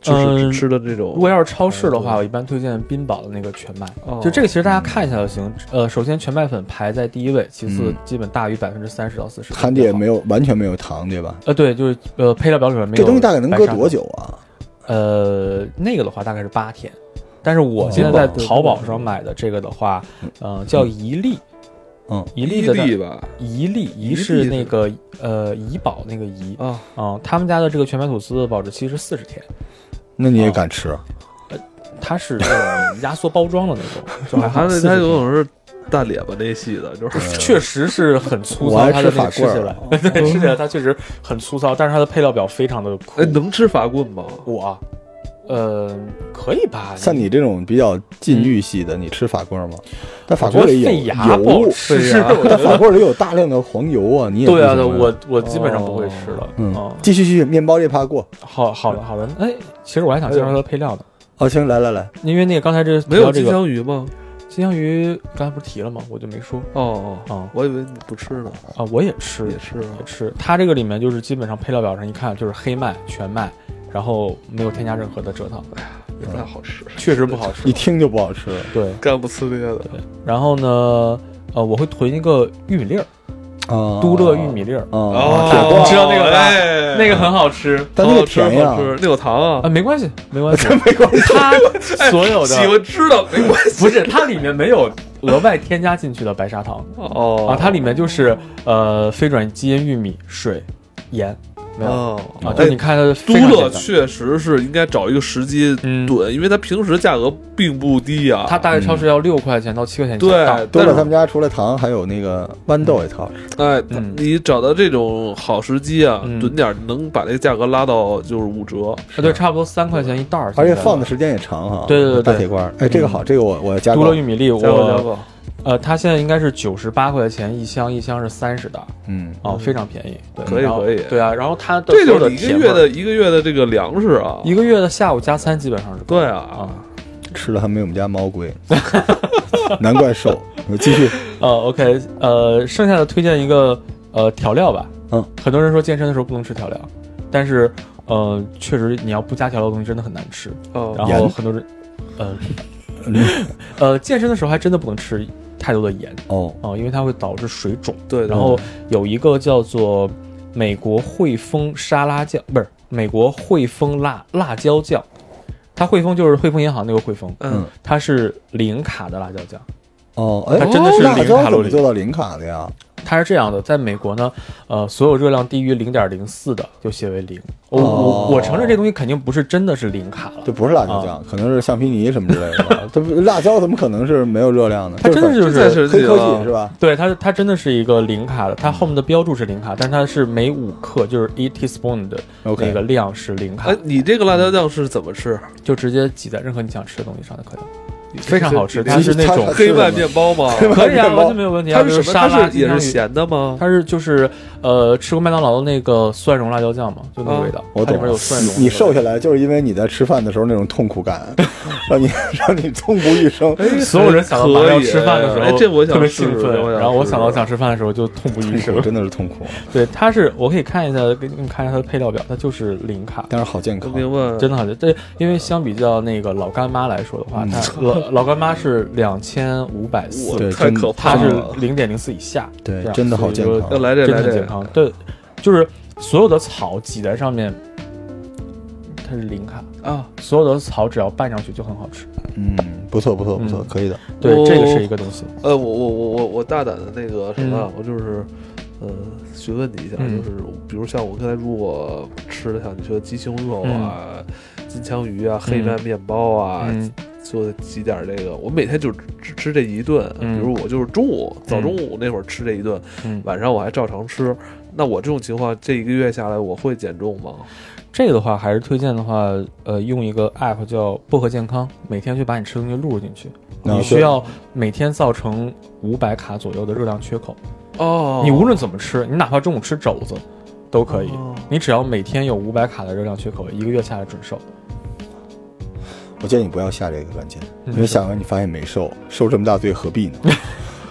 S2: 就是
S4: 嗯
S2: 吃的这种？
S4: 如果要是超市的
S2: 哎
S4: 话，
S2: 对
S4: 我一般推荐宾宝的那个全麦。
S2: 哦
S4: 就这个，其实大家看一下就行。呃，首先全麦粉排在第一位，其次
S3: 嗯
S4: 基本大于百分之三十到四十。
S3: 含的也没有完全没有糖，对吧？
S4: 呃，对，就是呃，配料表里面没有。
S3: 这东西大概能搁多？久啊？
S4: 呃，那个的话大概是八天，但是
S2: 哦
S4: 我现在在淘宝上买的这个的话，呃，叫一粒，
S3: 嗯，
S4: 一
S2: 一
S4: 粒的
S2: 粒吧，
S4: 一粒，
S2: 一粒
S4: 一
S2: 是
S4: 是那个呃怡宝那个怡，
S2: 啊，
S4: 嗯，他们家的这个全麦吐司保质期是四十天，
S3: 那你也敢吃？
S4: 啊它是那种压缩包装的那种，就还 好
S2: 他那
S4: 40天
S2: 他有可能是大脸巴那系的，就是
S4: 确实是很粗
S3: 我
S4: 糙，
S3: 还
S4: 它的
S3: 吃
S4: 那
S3: 法
S4: 个吃
S3: 棍儿
S4: 起来， 对，吃起来它确实很粗糙，但是它的配料表非常的 酷
S2: 哎，。能吃法棍 吗？
S4: 我啊，呃，可以吧？
S3: 像你这种比较禁欲系的，你吃法棍吗？但法棍
S4: 嗯我觉得
S3: 里
S4: 费
S3: 有
S4: 牙不好
S3: 油，
S4: 吃
S2: 费牙
S3: 但法棍里有大量的黄油啊，你也
S4: 对啊，
S3: 不行
S4: 我我基本上不
S2: 哦
S4: 会吃了。哦
S3: 嗯，继续继续，面包这趴过。
S4: 好好的好的，哎，其实我还想介绍它的配料呢，
S3: 哦，行，来来来，
S4: 因为那个刚才这
S2: 没有金
S4: 提到这个嗯
S2: 枪鱼吗？
S4: 金枪鱼，刚才不是提了吗？我就没说
S2: 哦哦，
S4: 啊
S2: 我以为你不吃呢，
S4: 啊，我也吃
S2: 也是啊
S4: 也吃，它这个里面就是基本上配料表上一看就是黑麦全麦，然后没有添加任何的蔗糖，
S2: 也不太好 吃，
S4: 确实不好吃
S3: 一。听就不好吃。
S4: 对，
S2: 干不呲咧的。
S4: 然后呢，呃，我会囤一个玉米粒儿，
S3: 啊，
S4: 都乐玉米哦粒儿，
S3: 啊，
S4: 铁
S3: 铁
S4: 锅
S3: 锅
S4: 知道那个吧
S2: 哎
S4: 那个很好吃
S3: 但那
S2: 好
S3: 个
S2: 好吃，
S3: 便宜啊
S2: 好吃，那有糖啊
S4: 啊，。没关系，没关系，没关系。它所有
S2: 哎喜
S4: 的
S2: 欢吃的没关系。
S4: 嗯不是它里面没有额外添加进去的白砂糖
S2: 哦
S4: 啊，它里面就是呃非转基因玉米、水、盐，没有
S2: 哦
S4: 啊，就是你看它
S2: 都
S4: 非常
S2: 乐
S4: 简单，
S2: 确实是应该找一个时机
S4: 嗯
S2: 囤，因为它平时价格并不低啊。
S4: 它大概超市要六块钱到七块钱一
S2: 对
S4: 大袋啊
S3: 多
S2: 但
S3: 乐他
S2: 是
S3: 们家除了糖，还有那个豌豆也特好吃。
S2: 哎，
S4: 嗯
S2: 你找到这种好时机啊，
S4: 嗯
S2: 囤点儿能把这个价格拉到就是五折。
S4: 啊，对，差不多三块钱一袋儿，
S3: 而且放的时间也长哈，
S4: 嗯对对对对嗯
S3: 大铁罐儿，哎，这个好，这个我我要加
S4: 都乐
S3: 购
S4: 玉，米粒，
S2: 加购加
S4: 我
S2: 购，
S4: 呃，它现在应该是九十八块钱一箱，一箱是三十袋，
S3: 嗯，
S4: 哦，非常便宜，对，
S2: 可以
S4: 然后
S2: 可以
S4: 对啊，然后它的
S2: 这就
S4: 所有
S2: 是
S4: 的
S2: 你一
S4: 甜
S2: 个
S4: 味
S2: 月
S4: 儿
S2: 的一个月的这个粮食啊。
S4: 一个月的下午加餐基本上是够
S2: 对
S4: 的
S2: 啊，
S4: 啊，
S3: 吃的还没我们家猫贵，难怪瘦。我继 续，
S4: 呃，OK，呃，剩下的推荐一个呃调料吧，
S3: 嗯，
S4: 很多人说健身的时候不能吃调料，但是呃，确实你要不加调料的东西真的很难吃，
S2: 哦
S4: 嗯然后
S3: 盐
S4: 很多人，呃， 呃，健身的时候还真的不能吃太多的盐
S3: 哦，
S4: 啊、因为它会导致水肿。
S2: 对，
S4: 然后有一个叫做美国汇丰沙拉酱，不是美国汇丰辣辣椒酱，它汇丰就是汇丰银行那个汇丰，
S2: 嗯，
S4: 它是零卡的辣椒酱。
S3: 哦，哎，
S4: 它真的是
S3: 辣
S4: 零卡
S3: 椒怎
S4: 路
S3: 么
S4: 里
S3: 做到零卡的呀？
S4: 它是这样的，在美国呢，呃，所有热量低于零点零四的就写为零。我
S3: 哦
S4: 我我承认这东西肯定不是真的是零卡了
S3: 这，不是辣椒
S4: 啊
S3: 酱，可能是橡皮泥什么之类的吧。这不辣椒怎么可能是没有热量的？
S4: 它真的
S3: 是
S4: 就
S2: 这啊才
S4: 是。
S2: 是
S3: 黑科技是吧？
S4: 对它，它真的是一个零卡的，
S3: 嗯
S4: 它后面的标注是零卡，但是它是每五克就是一 teaspoon 的
S3: OK
S4: 那个量是零卡
S2: 哎，你这个辣椒酱是怎么吃？
S4: 就直接挤在任何你想吃的东西上就可以了。非常好吃它
S3: 其
S4: 是
S3: 实
S4: 那
S3: 它
S4: 种
S3: 它
S2: 黑
S3: 吃
S2: 麦
S3: 什么
S2: 面包吗？
S4: 可以啊，
S3: 面包
S4: 完全没有问题啊。
S2: 它是
S4: 比
S2: 什
S4: 如
S2: 么？
S4: 沙拉
S2: 它是也是
S4: 金枪鱼
S2: 咸的吗？
S4: 它是就是呃，吃过麦当劳的那个蒜蓉辣椒酱嘛，就那个味道，
S3: 哦我
S4: 它
S3: 懂
S4: 里面有
S3: 了
S4: 蒜蓉。
S3: 你瘦下来就是因为你在吃饭的时候那种痛苦 感，让你让你痛不欲生。
S4: 所有人想到麻
S2: 哎可
S4: 要
S2: 以
S4: 吃饭的时
S2: 哎
S4: 候，
S2: 这我想
S4: 特别
S2: 试
S4: 兴
S2: 这我
S4: 奋，
S2: 想
S4: 然后我
S2: 试
S4: 想到想吃饭的时候就痛不欲
S3: 痛
S4: 生
S3: 苦。真的是 痛苦，
S4: 对，它是我可以看一下，给你们看一下它的配料表，它就是零卡。
S3: 但是好健
S2: 我
S3: 康。
S2: 明白，
S4: 真的好吃，对，因为相比较那个老干妈来说的话，
S3: 嗯
S4: 它 老老干妈是两千五百四
S2: 我
S3: 对
S2: 太
S3: 真
S2: 可怕
S4: 它
S2: 了。
S4: 是
S3: 啊
S4: 零点零四以下，
S3: 对
S4: 这样
S3: 真的好
S4: 所以说
S3: 健康
S2: 要来这
S4: 真
S2: 来
S4: 的很
S2: 这
S4: 健，康。对，就是所有的草挤在上面，它是零卡
S2: 啊，
S4: 所有的草只要拌上去就很好吃。
S3: 嗯，不错不错不
S4: 嗯
S3: 错，可以的。
S4: 对，
S2: 哦
S4: 这个是一个东西。
S2: 呃，我我我我我大胆的那个什么，啊
S4: 嗯
S2: 我就是，呃，询问你一下，
S4: 嗯
S2: 就是比如像我刚才如果吃的像你说的鸡胸肉啊、金枪鱼啊、黑麦面包啊，
S4: 嗯
S2: 做几点这个，我每天就只吃这一顿。
S4: 嗯
S2: 比如我就是中午早中午那会儿吃这一顿，
S4: 嗯，
S2: 晚上我还照常吃。那我这种情况，这一个月下来，我会减重吗？
S4: 这个的话，还是推荐的话，呃，用一个 app 叫薄荷健康，每天去把你吃的东西录入进去。
S3: 啊
S4: 你需
S3: 对
S4: 要每天造成五百卡左右的热量缺口。
S2: 哦，
S4: 你无论怎么吃，你哪怕中午吃肘子，都可以。
S2: 哦
S4: 你只要每天有五百卡的热量缺口，一个月下来准瘦。
S3: 我建议你不要下这个软件，
S4: 嗯
S3: 因为下完你发现没瘦，受这么大罪何必呢？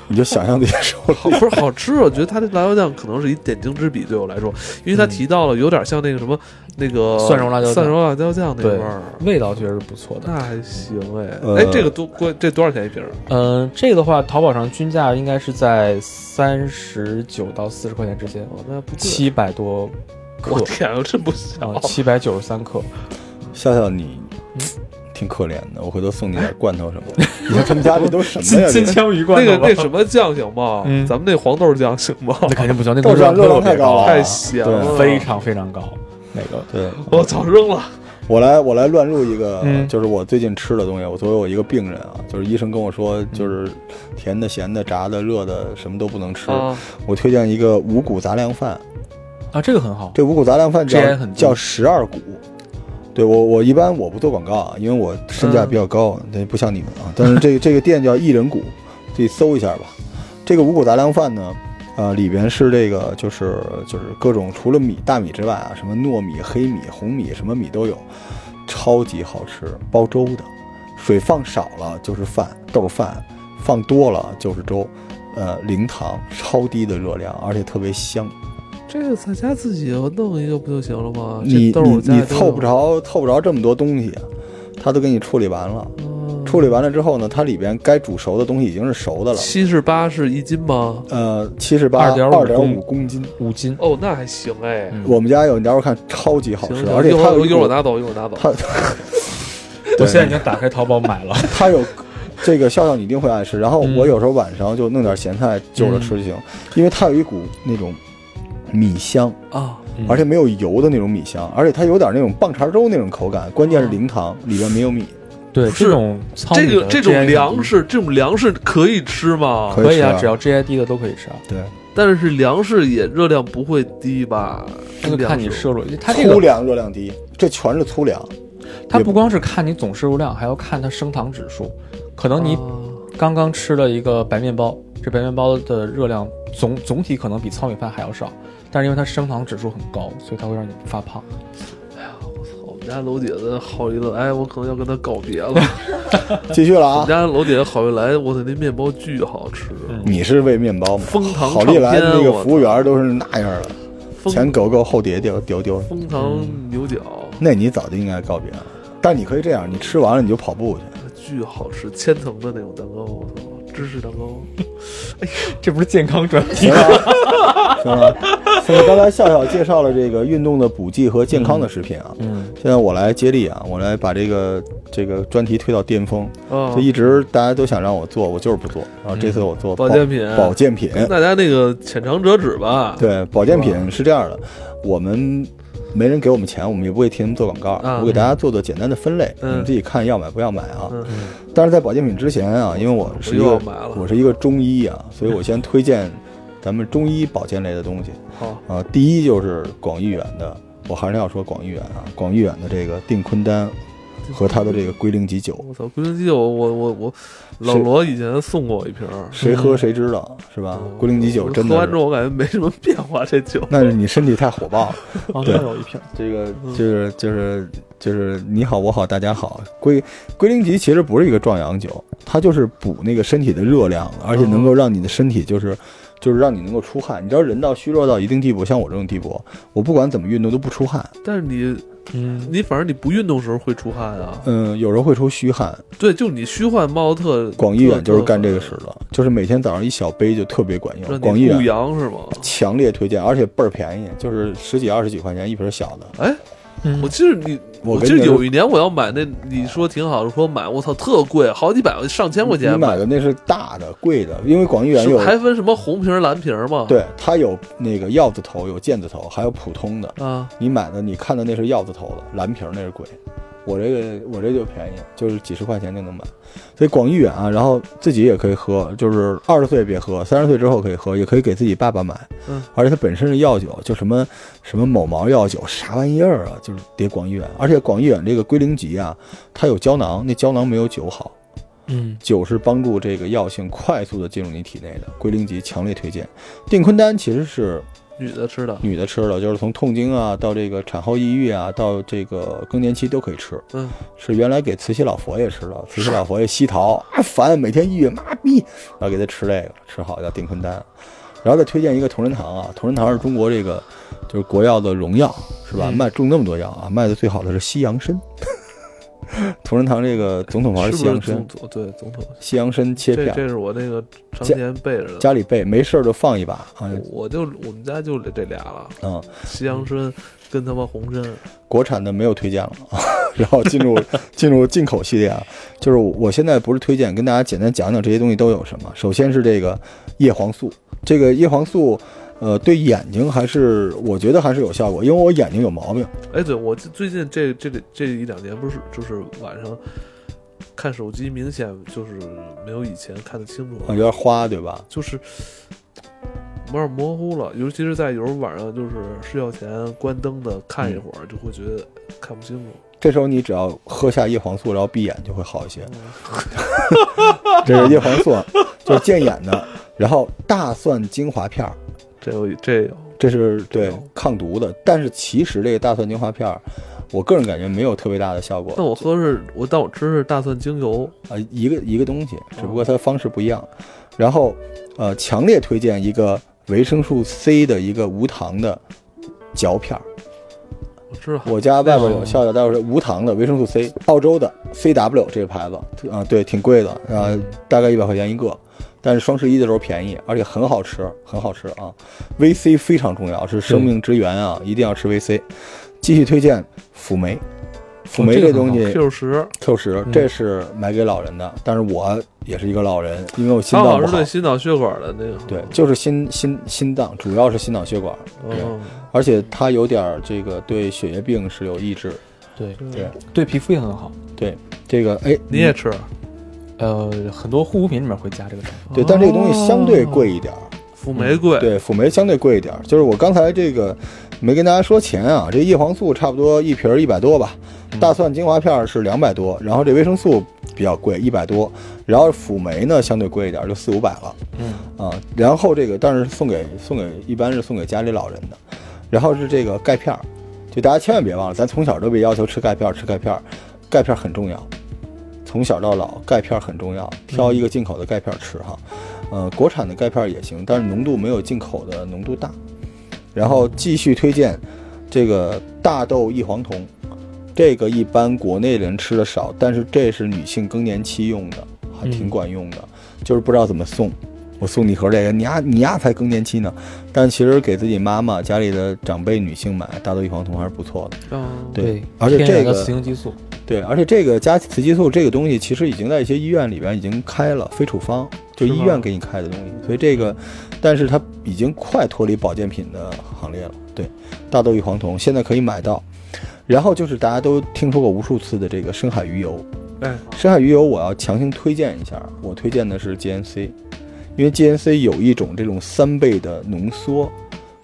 S3: 你就想象自己瘦了。
S2: 好不是好吃，我觉得它这辣椒酱可能是一点睛之笔对我来说，因为它提到了有点像那个什么那个
S4: 蒜蓉辣椒酱
S2: 蒜蓉辣椒酱那味儿。
S4: 味道确实是不错的。
S2: 那还行哎，
S3: 呃
S2: 哎，这个多贵，这多少钱一瓶儿？
S4: 嗯、这个的话，淘宝上均价应该是在三十九到四十块钱之间，
S2: 哦，那不贵。
S4: 七百多
S2: 我
S4: 克
S2: 天，我真不小
S4: 啊，。七百九十三克。
S3: 笑笑你挺可怜的，我回头送你点罐头什么的。你看他们家这都什么呀？这
S4: 枪鱼罐
S2: 那个那什么酱行吗？
S4: 嗯
S2: 咱们那黄豆酱行吗？
S4: 那肯定不行，那
S3: 豆
S4: 个
S3: 酱热量
S4: 特别
S3: 太高
S4: 高
S3: 了，
S2: 太咸了
S3: 对
S4: 非常非常高。那个
S3: 对，
S2: 我早扔了。
S3: 我来我来乱入一个，
S4: 嗯
S3: 就是我最近吃的东西。我作为我一个病人啊，就是医生跟我说，就是甜的、咸的、炸的、热的，什么都不能吃。
S2: 啊，
S3: 我推荐一个五谷杂粮饭，
S4: 啊，这个很好。
S3: 这五谷杂粮饭
S4: GI
S3: 叫
S4: 很低
S3: 叫十二谷。对我，我一般我不做广告啊，因为我身价比较高，对，不像你们啊。但是这个这个店叫一人谷，自己搜一下吧。这个五谷杂粮饭呢，呃，里边是这个就是就是各种除了米大米之外啊，什么糯米、黑米、红米，什么米都有，超级好吃，煲粥的，水放少了就是饭豆饭，放多了就是粥，呃，零糖，超低的热量，而且特别香。
S2: 这个在家自己弄一个不就行了吗？
S3: 你
S2: 啊这豆儿
S3: 你
S2: 我家
S3: 你
S2: 都有
S3: 凑不。着凑不着这么多东西，啊他都给你处理完了。
S2: 哦
S3: 处理完了之后呢，它里边该煮熟的东西已经是熟的了。
S2: 七十八是一斤吗？
S3: 呃，七十八
S4: 2.5
S3: 二点五公斤，
S4: 五斤，
S2: 哦，那还行哎。
S4: 嗯
S3: 我们家有，你待会儿看超级好
S2: 行
S3: 吃，
S2: 行，
S3: 而且
S2: 一会
S3: 它
S2: 儿
S3: 有
S2: 一会儿我拿走，一会儿我拿走。
S3: 它
S4: 我现在已经打开淘宝买了。
S3: 它有这个笑笑，你一定会爱吃。然后
S4: 嗯
S3: 我有时候晚上就弄点咸菜就着吃就行，
S2: 嗯
S3: 因为它有一股那种米香，
S2: 啊，
S4: 嗯
S3: 而且没有油的那种米香，而且它有点那种棒碴粥那种口感，关
S2: 哦
S3: 键是零糖，里边没有米，
S4: 对
S2: 是
S4: 这种糙米
S2: 这
S4: 的
S2: 个这种
S4: GI 很低
S2: 粮食，这种粮食可以吃吗？
S3: 可以
S4: 可以
S3: 吃
S4: 啊，
S3: 啊
S4: 只要 GI 低的都可以吃啊。
S3: 对，
S2: 但是粮食也热量不会低吧？
S4: 这个看你摄入，它这
S3: 粗
S4: 个
S3: 粮热量低，这全是粗粮。
S4: 它不光是看你总摄入量，还要看它升糖指数。可
S2: 啊
S4: 能你刚刚吃了一个白面包，这白面包的热量总总体可能比糙米饭还要少，但是因为它升糖指数很高，所以它会让你发胖。
S2: 我们家楼姐的好运来，我可能要跟她告别了。
S3: 继续了
S2: 我们
S3: 啊！
S2: 家楼姐的好运来，我的那面包巨好吃，
S4: 嗯
S3: 你是为面包吗？
S2: 蜂糖
S3: 好利来
S2: 唱
S3: 那
S2: 片
S3: 个
S2: 我
S3: 服务员都是那样的，前
S2: 蜂
S3: 狗狗后碟丢丢丢，
S2: 蜂糖牛角
S3: 那你早就应该告别了。但你可以这样，你吃完了你就跑步去。
S2: 巨好吃，千层的那种蛋糕，我操，芝士蛋糕。
S4: 这不是健康专题
S3: 行吧， 行吧。所以刚才笑笑介绍了这个运动的补剂和健康的食品啊，
S4: 嗯，
S3: 现在我来接力啊，我来把这个这个专题推到巅峰。
S2: 啊
S3: 就，一直大家都想让我做，我就是不做。然后这次我做
S2: 保健品
S3: 保 健品，
S2: 跟大家那个浅尝辄止啊吧。
S3: 对，保健品是这样的，我们没人给我们钱，我们也不会替他们做广告。
S2: 嗯
S3: 我给大家做做简单的分类，
S2: 嗯
S3: 你们自己看要买不要买啊。
S2: 嗯，
S3: 但是在保健品之前啊，因为我是一
S2: 我又
S3: 个
S2: 要买了
S3: 我是一个中医 啊，所以我先推荐咱们中医保健类的东西
S2: 好，
S3: 啊。第一就是广义远的，我还是要说广义远啊，广义远的这个定昆丹和它的这个龟苓集酒，
S2: 我操，归根结底，我我我我，老
S3: 是
S2: 罗以前送过我一瓶儿。啊
S3: 谁喝谁知道是吧？龟苓集酒真
S2: 嗯喝
S3: 的
S2: 完
S3: 是
S2: 之，后我感觉没什么变化，这酒。
S3: 那是你身体太火爆了。
S4: 哦，
S3: 对
S4: 那有一瓶。
S3: 这个
S2: 嗯
S3: 就是就是就是你好我好大家好，龟龟苓集其实不是一个壮阳酒，它就是补那个身体的热量，而且能
S2: 嗯
S3: 够让你的身体就是就是让你能够出汗。你知道人到虚弱到一定地步，像我这种地步，我不管怎么运动都不出汗，
S2: 但是你
S4: 嗯，
S2: 你反正你不运动时候会出汗啊。
S3: 嗯，有时候会出虚汗。
S2: 对，就你虚汗冒的特。
S3: 广义远就是
S2: 特
S3: 干这个事，的，就是每天早上一小杯就特别管
S2: 特让
S3: 用。
S2: 你
S3: 广义啊
S2: 护
S3: 远
S2: 阳是吗？
S3: 强烈推荐，而且倍儿便宜，就是十几二十几块钱一瓶小的。
S2: 哎，
S4: 嗯
S2: 我记得你，
S3: 我
S2: 我
S3: 跟
S2: 记得
S3: 你
S2: 有
S3: 说
S2: 一年我要买那，你说挺好的，说买我操特贵，好几百上千块钱
S3: 你买的那是大的贵的，因为广义远
S2: 是
S3: 有
S2: 还分什么红瓶儿蓝瓶儿吗？
S3: 对，它有那个药字头，有箭字头，还有普通的。
S2: 啊，
S3: 你买的，你看的那是药字头的，蓝瓶儿那是贵。我这个我这就便宜，就是几十块钱就能买。所以广义远啊，然后自己也可以喝，就是二十岁别喝，三十岁之后可以喝，也可以给自己爸爸买。
S2: 嗯，
S3: 而且它本身是药酒，就什么什么某毛药酒，啥玩意儿啊，就是叠广义远。而且广义远这个龟苓集啊，它有胶囊，那胶囊没有酒好。
S4: 嗯，
S3: 酒是帮助这个药性快速的进入你体内的，龟苓集强烈推荐。定坤丹其实是
S2: 女的吃的，
S3: 女的吃的，就是从痛经啊到这个产后抑郁啊，到这个更年期都可以吃。
S2: 嗯，
S3: 是原来给慈禧老佛爷吃的，慈禧老佛爷西桃啊烦，每天抑郁，妈逼，然后给他吃这个，吃好叫定坤丹，然后再推荐一个同仁堂啊，同仁堂是中国这个就是国药的荣耀，是吧？
S2: 嗯
S3: 卖种那么多药啊，卖的最好的是西洋参。 同仁堂这个总统牌
S2: 是
S3: 西
S2: 不是
S3: 洋参
S2: 总，统？对总统，
S3: 西洋参切
S2: 这
S3: 片，
S2: 这是我那个常年备着的。
S3: 家里备，没事儿就放一把啊。
S2: 我就我们家就这俩了，
S3: 嗯，
S2: 西洋参跟他妈红参。
S3: 国产的没有推荐了， 然后进入进入进口系列啊，就是我现在不是推荐，跟大家简单讲讲这些东西都有什么。首先是这个叶黄素，这个叶黄素，呃，对眼睛还是我觉得还是有效果，因为我眼睛有毛病，
S2: 哎，对我最最近这这这一两年不是就是晚上看手机，明显就是没有以前看得清楚
S3: 啊有
S2: 了，
S3: 点花，对吧？
S2: 就是有点模糊了。尤其是在有时候晚上就是睡觉前关灯的看一会儿，就会觉得看不清楚。
S3: 这时候你只要喝下叶黄素，然后闭眼就会好一些。
S2: 嗯
S3: 这是叶黄素，就是健眼的。然后大蒜精华片儿，
S2: 这有这有，
S3: 这是对
S2: 有
S3: 抗毒的，但是其实这个大蒜精华片儿，我个人感觉没有特别大的效果。
S2: 但我喝是我但我吃是大蒜精油，
S3: 呃，一个一个东西，只不过它方式不一样。然后，呃，强烈推荐一个维生素 C 的一个无糖的嚼片儿。
S2: 我知道。
S3: 我家外边有笑笑，待会儿无糖的维生素 C，澳洲的 CW 这个牌子，啊、对，挺贵的，啊、
S4: 嗯
S3: 大概一百块钱一个。但是双十一的时候便宜，而且很好吃，很好吃啊！VC 非常重要，是生命之源啊，一定要吃 VC。继续推荐辅酶，辅酶
S4: 哦这个
S3: 这
S4: 很
S3: 东
S4: 好
S3: 西、
S2: Q 十，
S3: Q 十，
S4: 嗯
S3: 这是买给老人的，但是我也是一个老人，因为我心
S2: 它
S3: 脏
S2: 好
S3: 不
S2: 像是
S3: 好
S2: 对。心脑血管的那个。
S3: 对，就是心心心脏，主要是心脑血管，对
S2: 哦，
S3: 而且它有点儿这个对血液病是有抑制。
S4: 对
S3: 对，
S4: 对，皮肤也很好。
S3: 对，这个哎，
S2: 你也吃？
S4: 呃，很多护肤品里面会加这个成分。
S3: 嗯对，但这个东西相
S4: 哦
S3: 对贵一点儿。
S2: 腐玫瑰。
S3: 对，辅酶相对贵一点儿。就是我刚才这个没跟大家说钱啊，这叶黄素差不多一瓶一百多吧，大蒜精华片儿是两百多，然后这维生素比较贵，一百多，然后辅酶呢相对贵一点儿，就四五百了。
S4: 嗯，
S3: 啊，然后这个但是送给送给一般是送给家里老人的，然后是这个钙片儿，就大家千万别忘了，咱从小都被要求吃钙片儿，吃钙片儿，钙片儿很重要，从小到老钙片儿很重要，挑一个进口的钙片儿吃哈，呃，国产的钙片儿也行，但是浓度没有进口的浓度大，然后继续推荐这个大豆异黄酮，这个一般国内人吃的少，但是这是女性更年期用的，还挺管用的，就是不知道怎么送。我送你一盒这个，你丫你丫才更年期呢，但其实给自己妈妈、家里的长辈女性买大豆异黄酮还是不错的。
S2: 嗯
S3: 对
S4: 对，
S3: 而且
S4: 天然的
S3: 这个
S4: 雌性激素，
S3: 对，而且这个加雌激素这个东西，其实已经在一些医院里边已经开了非处方，就是
S2: 吗
S3: 医院给你开的东西。所以这个，但是它已经快脱离保健品的行列了。对，大豆异黄酮现在可以买到。然后就是大家都听说过无数次的这个深海鱼油，
S2: 哎，
S3: 深海鱼油我要强行推荐一下，我推荐的是 GNC，因为 GNC 有一种这种三倍的浓缩，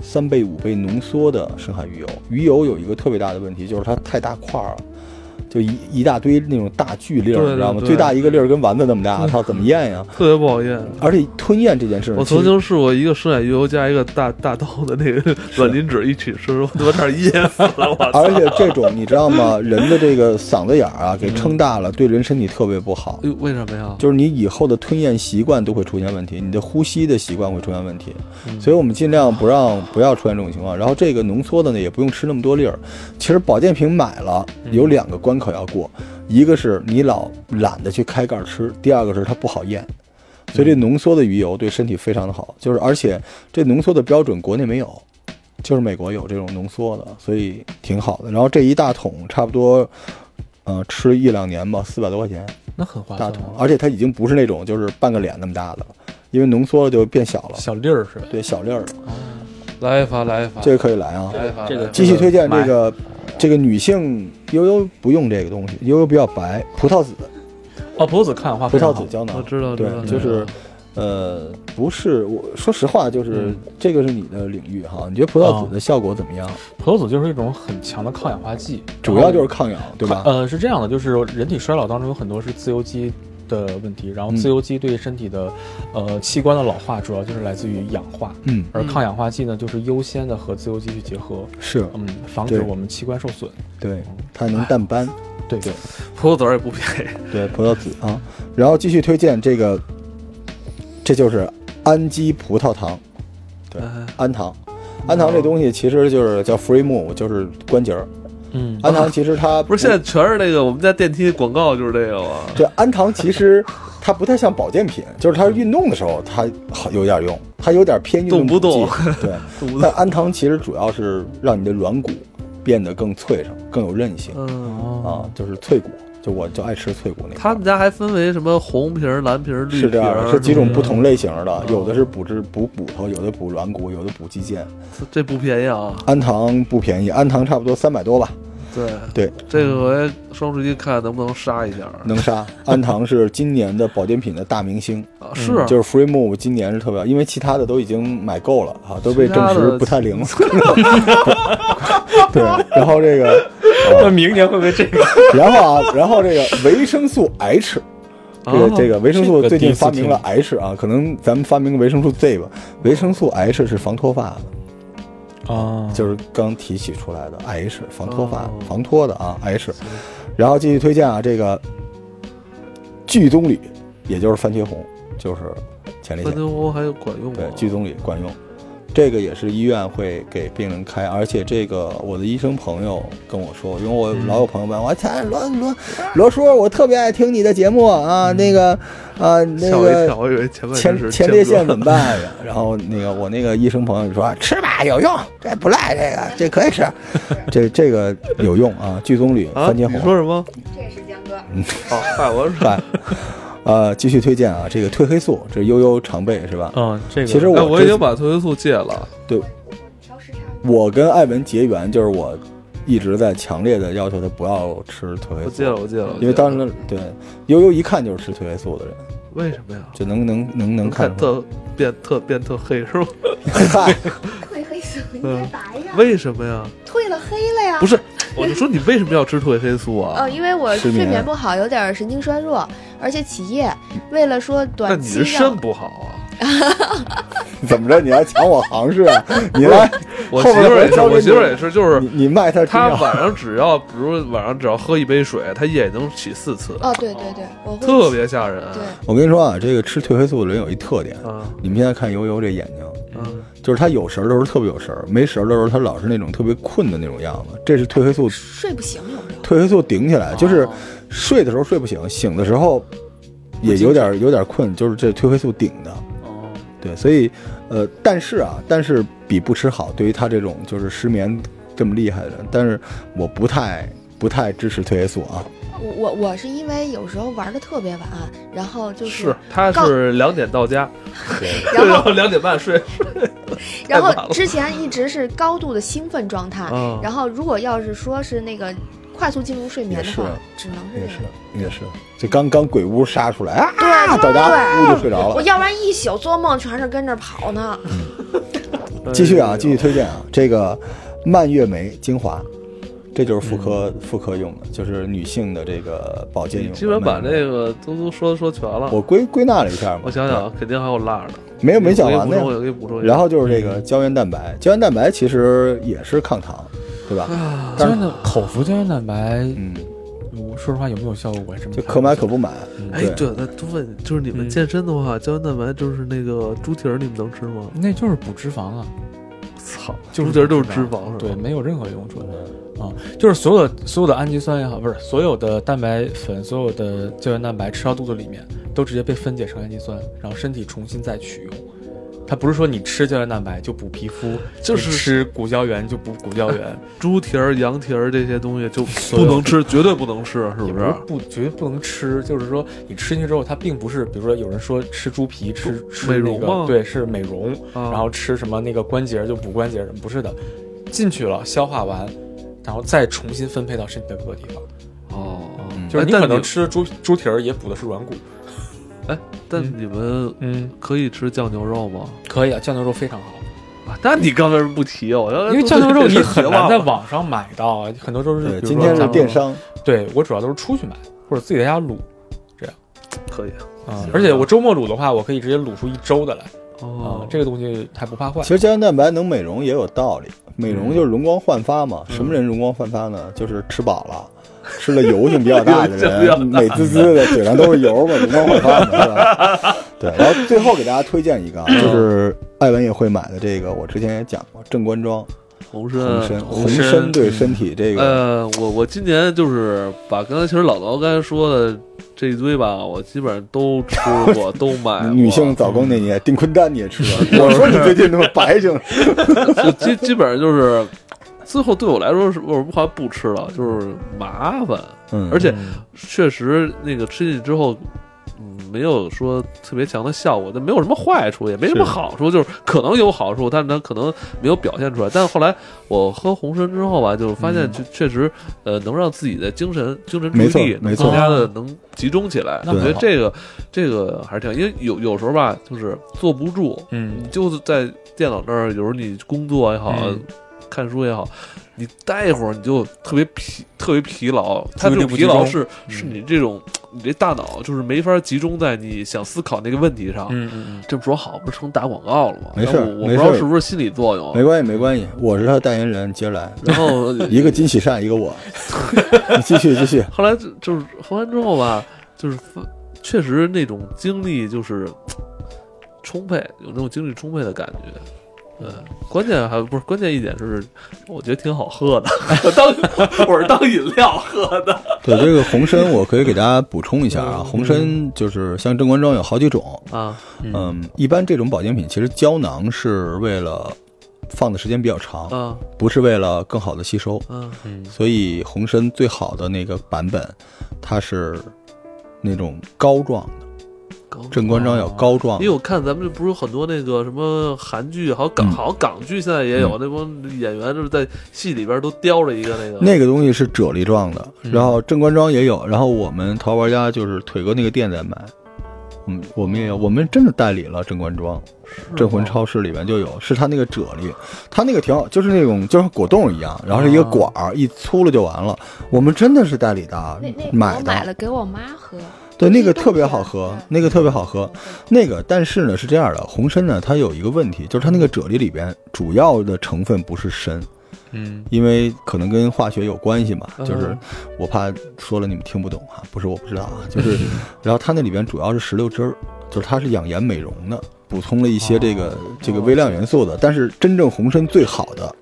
S3: 三倍五倍浓缩的深海鱼油。鱼油有一个特别大的问题，就是它太大块儿了。就一一大堆那种大巨粒儿，
S2: 对
S3: 你知道吗？
S2: 对
S3: 最大一个粒儿跟丸子那 么大，它怎么咽呀？
S2: 特别不好咽。
S3: 而且吞咽这件事，
S2: 我
S3: 其实
S2: 曾经试过一个深海鱼油加一个大大豆的那个软磷脂一起吃，我他妈差点噎死 了！我操！
S3: 而且这种你知道吗？人的这个嗓子眼儿啊，给撑大了，对人身体特别不好。
S2: 哎呦，为什么呀？
S3: 就是你以后的吞咽习惯都会出现问题，你的呼吸的习惯会出现问题，所以我们尽量不让不要出现这种情况。然后这个浓缩的呢，也不用吃那么多粒儿。其实保健品买了有两个关口要过，一个是你老懒得去开盖儿吃，第二个是它不好咽。所以这浓缩的鱼油对身体非常的好，就是而且这浓缩的标准国内没有，就是美国有这种浓缩的，所以挺好的。然后这一大桶差不多，呃，吃一两年吧，四百多块钱。
S4: 那很划
S3: 大
S4: 算。啊
S3: 桶，而且它已经不是那种就是半个脸那么大的了，因为浓缩了就变小了，
S4: 小粒儿是吧？
S2: 啊
S3: 对小粒儿了。
S2: 来一发，来一发，
S3: 这个可以来啊！
S2: 来一发，
S4: 这个
S2: 来一发
S3: 继续推荐这个这个女性悠悠不用这个东西，悠悠比较白，葡萄籽，
S4: 哦，葡萄籽
S2: 啊
S4: 抗氧化
S3: 葡
S4: 非常
S3: 萄籽
S4: 好，
S3: 胶囊，
S2: 我知道，知
S3: 对
S2: 道，
S3: 就
S2: 知道
S3: 是呃，不是我说实话，就是、
S2: 嗯哦
S3: 这个是你的领域哈，你觉得葡萄籽的效果怎么样？
S4: 葡萄籽就是一种很强的抗氧化剂，
S3: 主要就是抗氧，对吧？
S4: 呃，是这样的，就是人体衰老当中有很多是自由基的问题，然后
S3: 嗯
S4: 自由基对身体的、呃器官的老化，主要就是来自于氧化，
S3: 嗯，
S4: 而
S2: 嗯
S4: 抗氧化剂呢，就是优先的和自由基去结合，
S3: 是
S4: 嗯，防
S3: 对
S4: 止我们器官受损。
S3: 对，它
S2: 哎
S3: 能淡斑，
S4: 对对，
S2: 葡萄籽儿也不 便宜，
S3: 对，葡萄籽啊。然后继续推荐这个，这就是氨基葡萄糖，对
S2: 哎，
S3: 氨糖。氨糖这东西其实就是叫 free move，就是关节儿。
S4: 嗯，
S3: 氨糖其实它
S2: 啊不是现在全是那个我们家电梯广告就是这个吗？
S3: 对，氨糖其实它不太像保健品，就是它运动的时候它好有点用，它有点偏运
S2: 动不
S3: 补
S2: 动
S3: 剂对，
S2: 动 不动
S3: 但氨糖其实主要是让你的软骨变得更脆生、更有韧性
S2: 嗯，
S3: 啊，就是脆骨。就我就爱吃脆骨那个。
S2: 他们家还分为什么红皮儿、蓝皮儿、绿皮
S3: 是
S2: 儿，
S3: 这样的，是几种不同类型的
S2: 嗯，
S3: 有的是补脂补骨头，有的补软骨，有的补肌腱。
S2: 这这不便宜啊。
S3: 氨糖不便宜，氨糖差不多三百多吧。
S2: 对，
S3: 对，
S2: 这个回双十一看能不能杀一下儿啊
S3: 能杀。氨糖是今年的保健品的大明星，
S2: 啊？是，
S3: 嗯就是 Free Move 今年是特别，因为其他的都已经买够了啊，都被
S2: 其他
S3: 证
S2: 的
S3: 实不 太灵 了。对，然后这个，啊
S4: 那明年会不会这个？
S3: 然后啊，然后这个维生素 H。这
S2: 哦
S3: 个这个维生素
S4: 这个
S3: 最
S4: 第
S3: 近
S4: 一次
S3: 发明了
S4: 听
S3: H 啊，可能咱们发明个维生素 Z 吧。维生素 H 是防脱发 的，
S4: 啊，
S3: 就是刚提取出来的 H 防脱发、
S2: 哦
S3: 防脱的啊 H，然后继续推荐啊这个聚棕榈，也就是番茄红，就是前列
S2: 番
S3: 腺，
S2: 茄红还有管用
S3: 对
S2: 吗？
S3: 聚棕榈管用，这个也是医院会给病人开，而且这个我的医生朋友跟我说，因为我老有
S2: 嗯
S3: 朋友问我，哎罗罗罗叔，我特别爱听你的节目啊，那个啊那
S2: 嗯 吓我一
S3: 个
S2: 跳，我以为前半身
S3: 前
S2: 是
S3: 前列腺
S2: 间隔
S3: 怎么办呀？ 然后那个我那个医生朋友就 说吃吧有用，这不赖这个这可以吃， 这这个有用啊，聚棕榈、
S2: 啊？
S3: 番
S2: 你
S3: 茄
S2: 说
S3: 红，
S2: 什么？
S1: 这是江哥。
S2: 哦，嗨，我说，
S3: 对， 呃，继续推荐啊，这个褪黑素，这悠悠常备是吧？
S4: 嗯，这个
S3: 其实
S2: 哎，
S3: 我
S2: 我
S3: 这
S2: 已经把褪黑素戒了。
S3: 对
S1: 调时差。
S3: 我跟艾文结缘，就是我一直在强烈的要求他不要吃褪黑
S2: 我
S3: 素
S2: 戒，了，我戒了，我戒了
S3: 因为当时对悠悠一看就是吃褪黑素的人，
S2: 为什么呀？
S3: 就能能能能看
S2: 看
S3: 出来，
S2: 特变特变特黑是吗？嗯
S3: 嗨，
S1: 褪黑素应该白呀，
S2: 为什么呀？
S1: 褪了黑了呀。
S2: 不是，我就说你为什么要吃褪黑素啊
S5: 哦，？因为我
S3: 失
S5: 睡
S3: 眠
S5: 眠不好，有点儿神经衰弱，而且起夜。为了说
S2: 那
S5: 短
S2: 你
S5: 期
S2: 是
S5: 让
S2: 肾不好啊？
S3: 怎么着你还抢我行 市啊？你来，
S2: 我媳
S3: 后边
S2: 妇儿也是，
S3: 交给
S2: 我媳妇儿
S3: 你
S2: 也是，就是
S3: 你你卖他
S2: 她
S3: 听着
S2: 晚上只要，比如晚上只要喝一杯水，她夜里能起四次，
S5: 哦，对对对，我会
S2: 特别吓人。
S5: 对
S3: 我跟你说啊，这个吃褪黑素的人有一特点，
S2: 啊，
S3: 你们现在看悠悠这眼睛，
S2: 嗯，
S3: 就是他有神儿的时候特别有神儿，没神儿的时候他老是那种特别困的那种样子。这是褪黑素，
S5: 睡不醒，有时候
S3: 褪黑素顶起
S2: 哦
S3: 来，就是睡的时候睡不醒，醒的时候也有点有点困，就是这褪黑素顶的。
S4: 嗯
S2: 哦，，
S3: 对，所以呃，但是啊，但是比不吃好，对于他这种就是失眠这么厉害的人，但是我不太不太支持褪黑素啊。
S5: 我我我是因为有时候玩的特别晚，啊然后就是
S2: 她
S5: 告
S2: 是两点到家，
S5: 然
S2: 然
S5: 后
S2: 后两点半 睡。
S5: 然
S2: 太晚
S5: 后
S2: 了
S5: 之前一直是高度的兴奋状态，
S2: 嗯
S5: 然后如果要是说是那个快速进入睡眠的话
S3: 也是，
S5: 只能是
S3: 也是啊
S5: 这样。，
S3: 也是，这刚刚鬼屋杀出来啊，
S5: 对
S3: 到家
S5: 对
S3: 屋就睡着
S5: 我
S3: 了。
S5: 要不然一宿做梦全是跟着跑呢。
S3: 继续啊，
S2: 哎呦
S3: 继续推荐啊，这个蔓越莓精华，这就是妇科
S5: 嗯
S3: 妇科用的，就是女性的这个保
S2: 嗯
S3: 健
S2: 你
S3: 用的。
S2: 基本把
S3: 蔓越莓
S2: 这个都都说说全了。
S3: 我归归纳了一下嘛，
S2: 我想啊想，肯定还有辣的。
S3: 对，没有没讲完呢
S2: 我。给你补充一下，我给你补充一下。
S3: 然后就是这个胶原蛋白，胶原蛋白其实也是抗糖，对吧？
S4: 啊胶原蛋口服胶原蛋白，
S3: 嗯，
S4: 我说实话有没有效果，我还真不
S3: 就
S4: 太
S3: 可买
S4: 了
S3: 可
S4: 解
S3: 不买。
S2: 哎，对，那多问，就是你们
S4: 嗯
S2: 健身的话，胶原蛋白就是那个猪蹄儿，你们能吃吗？
S4: 那就是补脂肪啊，
S2: 操，
S4: 就是
S2: 猪蹄儿都是脂
S4: 脂
S2: 肪是吧？嗯
S4: 对，没有任何用处啊、就是所有的所有的氨基酸也好，不是所有的蛋白粉，所有的胶原蛋白吃到肚子里面，都直接被分解成氨基酸，然后身体重新再取用。它不是说你吃胶原蛋白就补皮肤，
S2: 就是
S4: 你吃骨胶原就补骨胶原，
S2: 猪蹄儿、羊蹄儿这些东西就
S4: 所
S2: 不
S4: 有
S2: 能吃，绝对不能吃，是
S4: 也
S2: 不
S4: 不
S2: 是
S4: 是？不绝对不能吃，就是说你吃进去之后，它并不是，比如说有人说吃猪皮吃吃
S2: 美
S4: 那
S2: 容吗
S4: 个，对，是美容，
S2: 啊
S4: 然后吃什么那个关节就补关节什么，不是的，进去了消化完，然后再重新分配到身体的各个地方。
S2: 哦，
S3: 嗯
S4: 就
S2: 哎
S4: 是你
S2: 但
S4: 可能
S2: 们
S4: 吃猪猪蹄儿也补的是软骨。
S2: 哎，但你们
S4: 嗯，
S2: 可以吃酱牛肉吗？
S4: 可以啊，酱牛肉非常好，
S2: 啊，那你刚才为什么不提啊我要
S4: 因为酱 牛肉你很难在
S2: 网。
S4: 网上买到啊，很多都是
S3: 对，
S4: 比如
S3: 今
S4: 说
S3: 天是
S4: 咱们
S3: 电商，
S4: 对我主要都是出去买或者自己在家卤
S2: 可以
S4: 啊
S2: 行，
S4: 而且我周末卤的话，我可以直接卤出一周的来啊
S2: 哦，，
S4: 这个东西还不怕坏
S3: 其。实胶原蛋白能美容也有道理，美容就是容光焕发嘛。什么人容光焕发呢？就是吃饱了。吃了油性比较大的
S2: 油性比较
S3: 人，美滋滋的，嘴上都是油嘛，容光焕发嘛，是吧？对。然后最后给大家推荐一个啊，就是艾文也会买的这个，我之前也讲过，正官庄
S2: 嗯红
S3: 红参，
S2: 参，
S3: 红
S4: 参
S3: 参对身体这个
S2: 呃，我我今年就是把刚才其实老曹刚才说的这一堆吧，我基本上都吃过，都买过。
S3: 女性早更那
S2: 嗯
S3: 年，丁坤丹你也吃 了。我说你最近那么白净，
S2: 就基基本上就是，最后对我来说是我不好像不吃了，就是麻烦，
S3: 嗯
S2: 而且确实那个吃进去之后。嗯，没有说特别强的效果，但没有什么坏处，也没什么
S3: 是
S2: 好处，就是可能有好处，但是它可能没有表现出来。但后来我喝红参之后吧，就发现
S4: 嗯
S2: 确确实，呃，能让自己的精神精神注
S3: 没
S2: 意
S3: 错
S2: 力能
S3: 没错
S2: 更加的能集中起来。
S4: 那
S2: 我觉得
S4: 很好
S2: 这个这个还是挺好，因为有有时候吧，就是坐不住，
S4: 嗯
S2: 你，就是在电脑那儿，有时候你工作也好，
S4: 嗯
S2: 看书也好，你待一会儿你就特别疲，特别疲劳。它
S4: 注
S2: 这
S4: 意力
S2: 种
S4: 不
S2: 疲
S4: 集
S2: 劳
S4: 中
S2: 是
S4: 嗯
S2: 是你这种你这大脑就是没法集中在你想思考那个问题上。
S4: 嗯嗯
S2: 这么说好，不是成打广告了吗？
S3: 没事
S2: 然后我我不
S3: 没
S2: 知
S3: 事
S2: 道是不是心理作用啊
S3: 没。关系没关系，我是他的代言人，接着来，
S2: 哦然后
S3: 一个金喜善，一个 我，你继续继续，
S2: 后来就就是喝完之后吧，就是发确实那种精力就是充沛，有那种精力充沛的感觉。嗯，关键还不是关键一点是，我觉得挺好喝 的，我当我是当饮料喝的。
S3: 对这个红参，我可以给大家补充一下
S2: 嗯
S3: 啊，红参就是像正官庄有好几种，
S2: 啊，
S3: 嗯，一般这种保健品其实胶囊是为了放的时间比较长，
S2: 啊
S3: 不是为了更好的吸收，
S2: 啊
S4: 嗯
S3: 所以红参最好的那个版本，它是那种膏状的，
S2: 高
S3: 正官庄有膏状
S2: 因为我看咱们这不是有很多那个什么韩剧，好像港，
S3: 嗯
S2: 好像港剧现在也有那帮演员就是在戏里边都叼着一个那个
S3: 那个东西是啫喱状的，
S5: 嗯
S3: 然后正官庄也有，然后我们淘宝玩家就是腿哥那个店在卖，嗯，我们也有，我们真的代理了正官庄，镇魂超市里面就有，是它那个啫喱，它那个挺好，就是那种就是果冻一样，然后是一
S5: 啊
S3: 个管儿，一粗了就完了。我们真的是代理的啊
S5: 那那，
S3: 买
S5: 我
S3: 的
S5: 买，了给我妈喝，
S3: 对，那个
S5: 冬
S3: 特别
S5: 天
S3: 好喝
S5: 对，
S3: 那个特别好喝。那个，但是呢是这样的，红参呢它有一个问题，就是它那个啫喱里边主要的成分不是参，
S4: 嗯
S3: 因为可能跟化学有关系嘛，
S2: 嗯
S3: 就是我怕说了你们听不懂哈、不是我不 知道啊，就是，然后它那里边主要是石榴汁儿，就是它是养颜美容的，补充了一些这
S2: 哦
S3: 个、这个微量元素的，但是真正红参最好的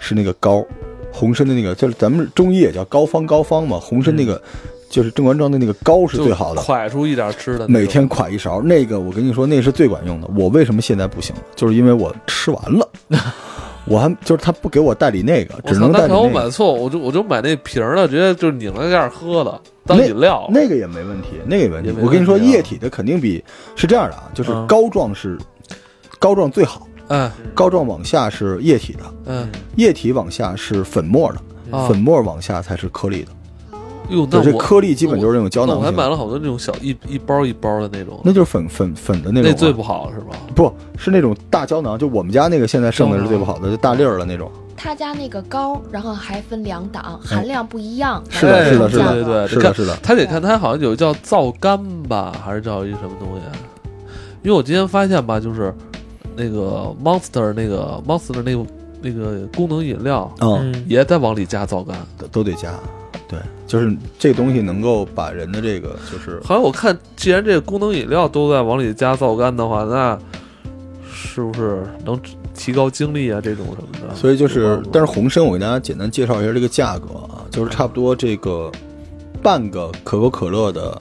S3: 是那个膏，红参的那个就是咱们中医也叫膏方膏方嘛，红参那个、就是正官庄的那个膏是
S2: 嗯就
S3: 最好的，
S2: 蒯出一点吃的那种，
S3: 每天㧟一勺，那个我跟你说，那是最管用的。我为什么现在不行了？就是因为我吃完 了，我还就是他不给我代理那个，
S2: 我
S3: 只
S2: 操，
S3: 能
S2: 那可
S3: 代理
S2: 能我
S3: 那
S2: 买
S3: 个。
S2: 错，我就我就买那瓶儿的，直接就拧了一下喝的，当
S3: 那
S2: 饮料。
S3: 那个也没问题，那个也没问
S2: 也
S3: 题
S2: 没。
S3: 我跟你说，
S2: 问题啊
S3: 液体的肯定比是这样的啊，就是
S4: 嗯
S3: 膏状是膏状最好，
S2: 嗯
S3: 膏状往下是液体的，
S2: 嗯，
S3: 液体往下是粉末的，
S2: 啊
S3: 粉末往下才是颗粒的。
S2: 哟，那
S3: 对，这
S2: 我
S3: 颗粒基本就是那种胶
S2: 那
S3: 囊
S2: 我还
S3: 型
S2: 买
S3: 的，
S2: 了好多那种小一一包一包的那种，
S3: 那就是粉粉粉的那
S2: 那
S3: 种啊。
S2: 最不好是吧？
S3: 不是那种大胶囊，就我们家那个现在剩的是最不好的，就大粒儿的那种。
S5: 他家那个膏，然后还分两档，含量不一样。
S3: 是的
S5: 然后
S3: 是的
S5: 这样
S2: 哎对对对，
S3: 是的，是的，
S2: 他得看他好像有叫皂苷吧，还是叫一什么东西？啊因为我今天发现吧，就是那个 Monster 那个 Monster 那个那个功能饮料
S3: 嗯，
S4: 嗯，
S2: 也在往里加皂苷。
S3: 都都得加。对，就是这东西能够把人的这个就是
S2: 好像我看，既然这个功能饮料都在往里加皂苷的话，那是不是能提高精力啊？这种什么的？
S3: 所以就是，但
S2: 是
S3: 是红参我给大家简单介绍一下这个价格啊，就是差不多这个半个可口可乐的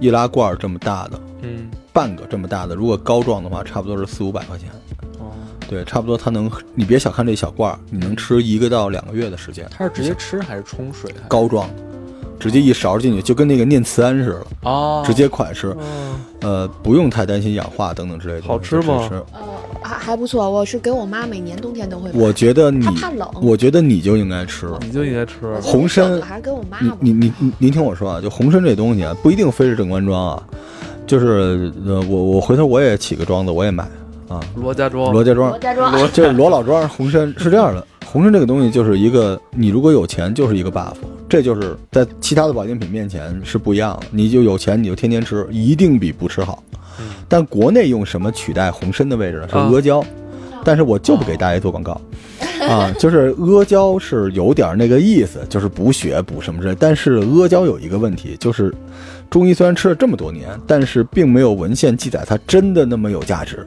S3: 易拉罐儿这么大的，
S4: 嗯，
S3: 半个这么大的，如果膏状的话，差不多是四五百块钱。
S4: 哦，
S3: 对，差不多它能，你别小看这小罐儿，你能吃一个到两个月的时间。
S4: 它是直接吃还是冲水？还是
S3: 膏状，直接一勺进去，就跟那个念慈庵似的，
S4: 哦，
S2: 啊
S3: 直接快吃。
S2: 哦
S3: 呃，不用太担心氧化等等之类的东西。
S2: 好吃吗
S3: 就直接
S5: 呃，还还不错，我是给我妈每年冬天都会
S3: 吃
S5: 买。
S3: 我觉得你
S5: 她，怕冷
S3: 我觉得你就应该吃。
S2: 你就应该吃
S5: 我觉得
S3: 红参
S5: 省的还是给我妈
S3: 你
S5: 吧。
S3: 你你你您听我说啊，就红参这东西啊，不一定非是正官庄啊，就是呃，我我回头我也起个庄子，我也买啊，
S2: 罗家庄。
S3: 罗家庄
S5: 我，家庄
S3: 罗就是罗老庄红参是这样的，红参这个东西就是一个，你如果有钱就是一个 buff，这就是在其他的保健品面前是不一样的，你就有钱你就天天吃，一定比不吃好。但国内用什么取代红参的位置呢？是
S2: 啊
S3: 阿胶，但是我就不给大爷做广告。啊，就是阿胶是有点那个意思，就是补血补什么之类。但是阿胶有一个问题，就是中医虽然吃了这么多年，但是并没有文献记载它真的那么有价值。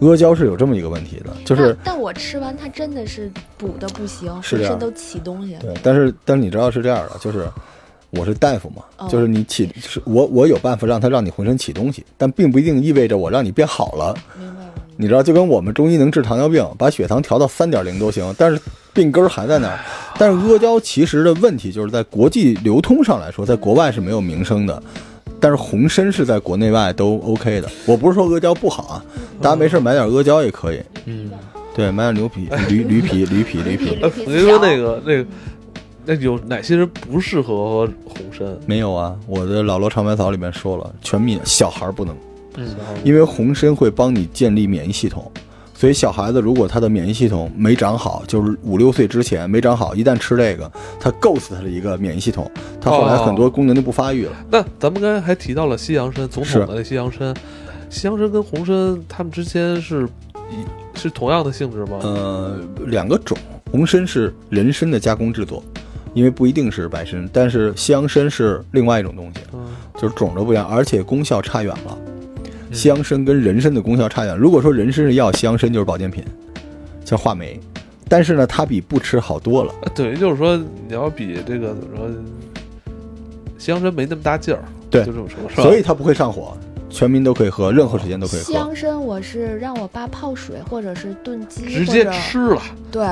S3: 阿胶是有这么一个问题的，就是
S5: 但但我吃完它真的是补的不行，
S3: 是
S5: 浑
S3: 这样
S5: 身都起东西。
S3: 对，但是但是你知道是这样的，就是我是大夫嘛，
S5: 哦
S3: 就是你起，是我我有办法让它让你浑身起东西，但并不一定意味着我让你变好了。
S5: 明白了。
S3: 你知道，就跟我们中医能治糖尿病，把血糖调到三点零都行，但是病根儿还在那儿。但是阿胶其实的问题就是在国际流通上来说，在国外是没有名声的。但是红参是在国内外都 OK 的，我不是说阿胶不好啊，大家没事买点阿胶也可以，
S2: 嗯，
S3: 对，买点牛皮、驴驴皮、驴皮、驴皮，
S2: 哎，我跟你说那个那个，那有哪些人不适合喝红参？
S3: 没有啊，我的老罗长白草里面说了，全免小孩不能，
S2: 嗯，
S3: 因为红参会帮你建立免疫系统，所以小孩子如果他的免疫系统没长好，就是五六岁之前没长好，一旦吃这个，他够死他的一个免疫系统，他后来很多功能就不发育了。
S2: 那咱们刚才还提到了西洋参，总统的那西洋参，西洋参跟红参，它们之间是一是同样的性质吗？
S3: 呃，两个种，红参是人参的加工制作，因为不一定是白参，但是西洋参是另外一种东西。
S2: 嗯，
S3: 就是种都不一样，而且功效差远了。西洋参跟人参的功效差远。如果说人参是药，西洋参就是保健品，叫话梅。但是呢，它比不吃好多了。
S2: 那等于就是说，你要比这个怎么说，西洋参没那么大劲儿，
S3: 对
S2: 就这么说，是吧？
S3: 所以它不会上火，全民都可以喝，任何时间都可以
S5: 西
S3: 喝。
S5: 洋参我是让我爸泡水，或者是炖鸡，
S2: 直
S5: 或
S2: 接
S5: 者
S2: 吃了，
S5: 对，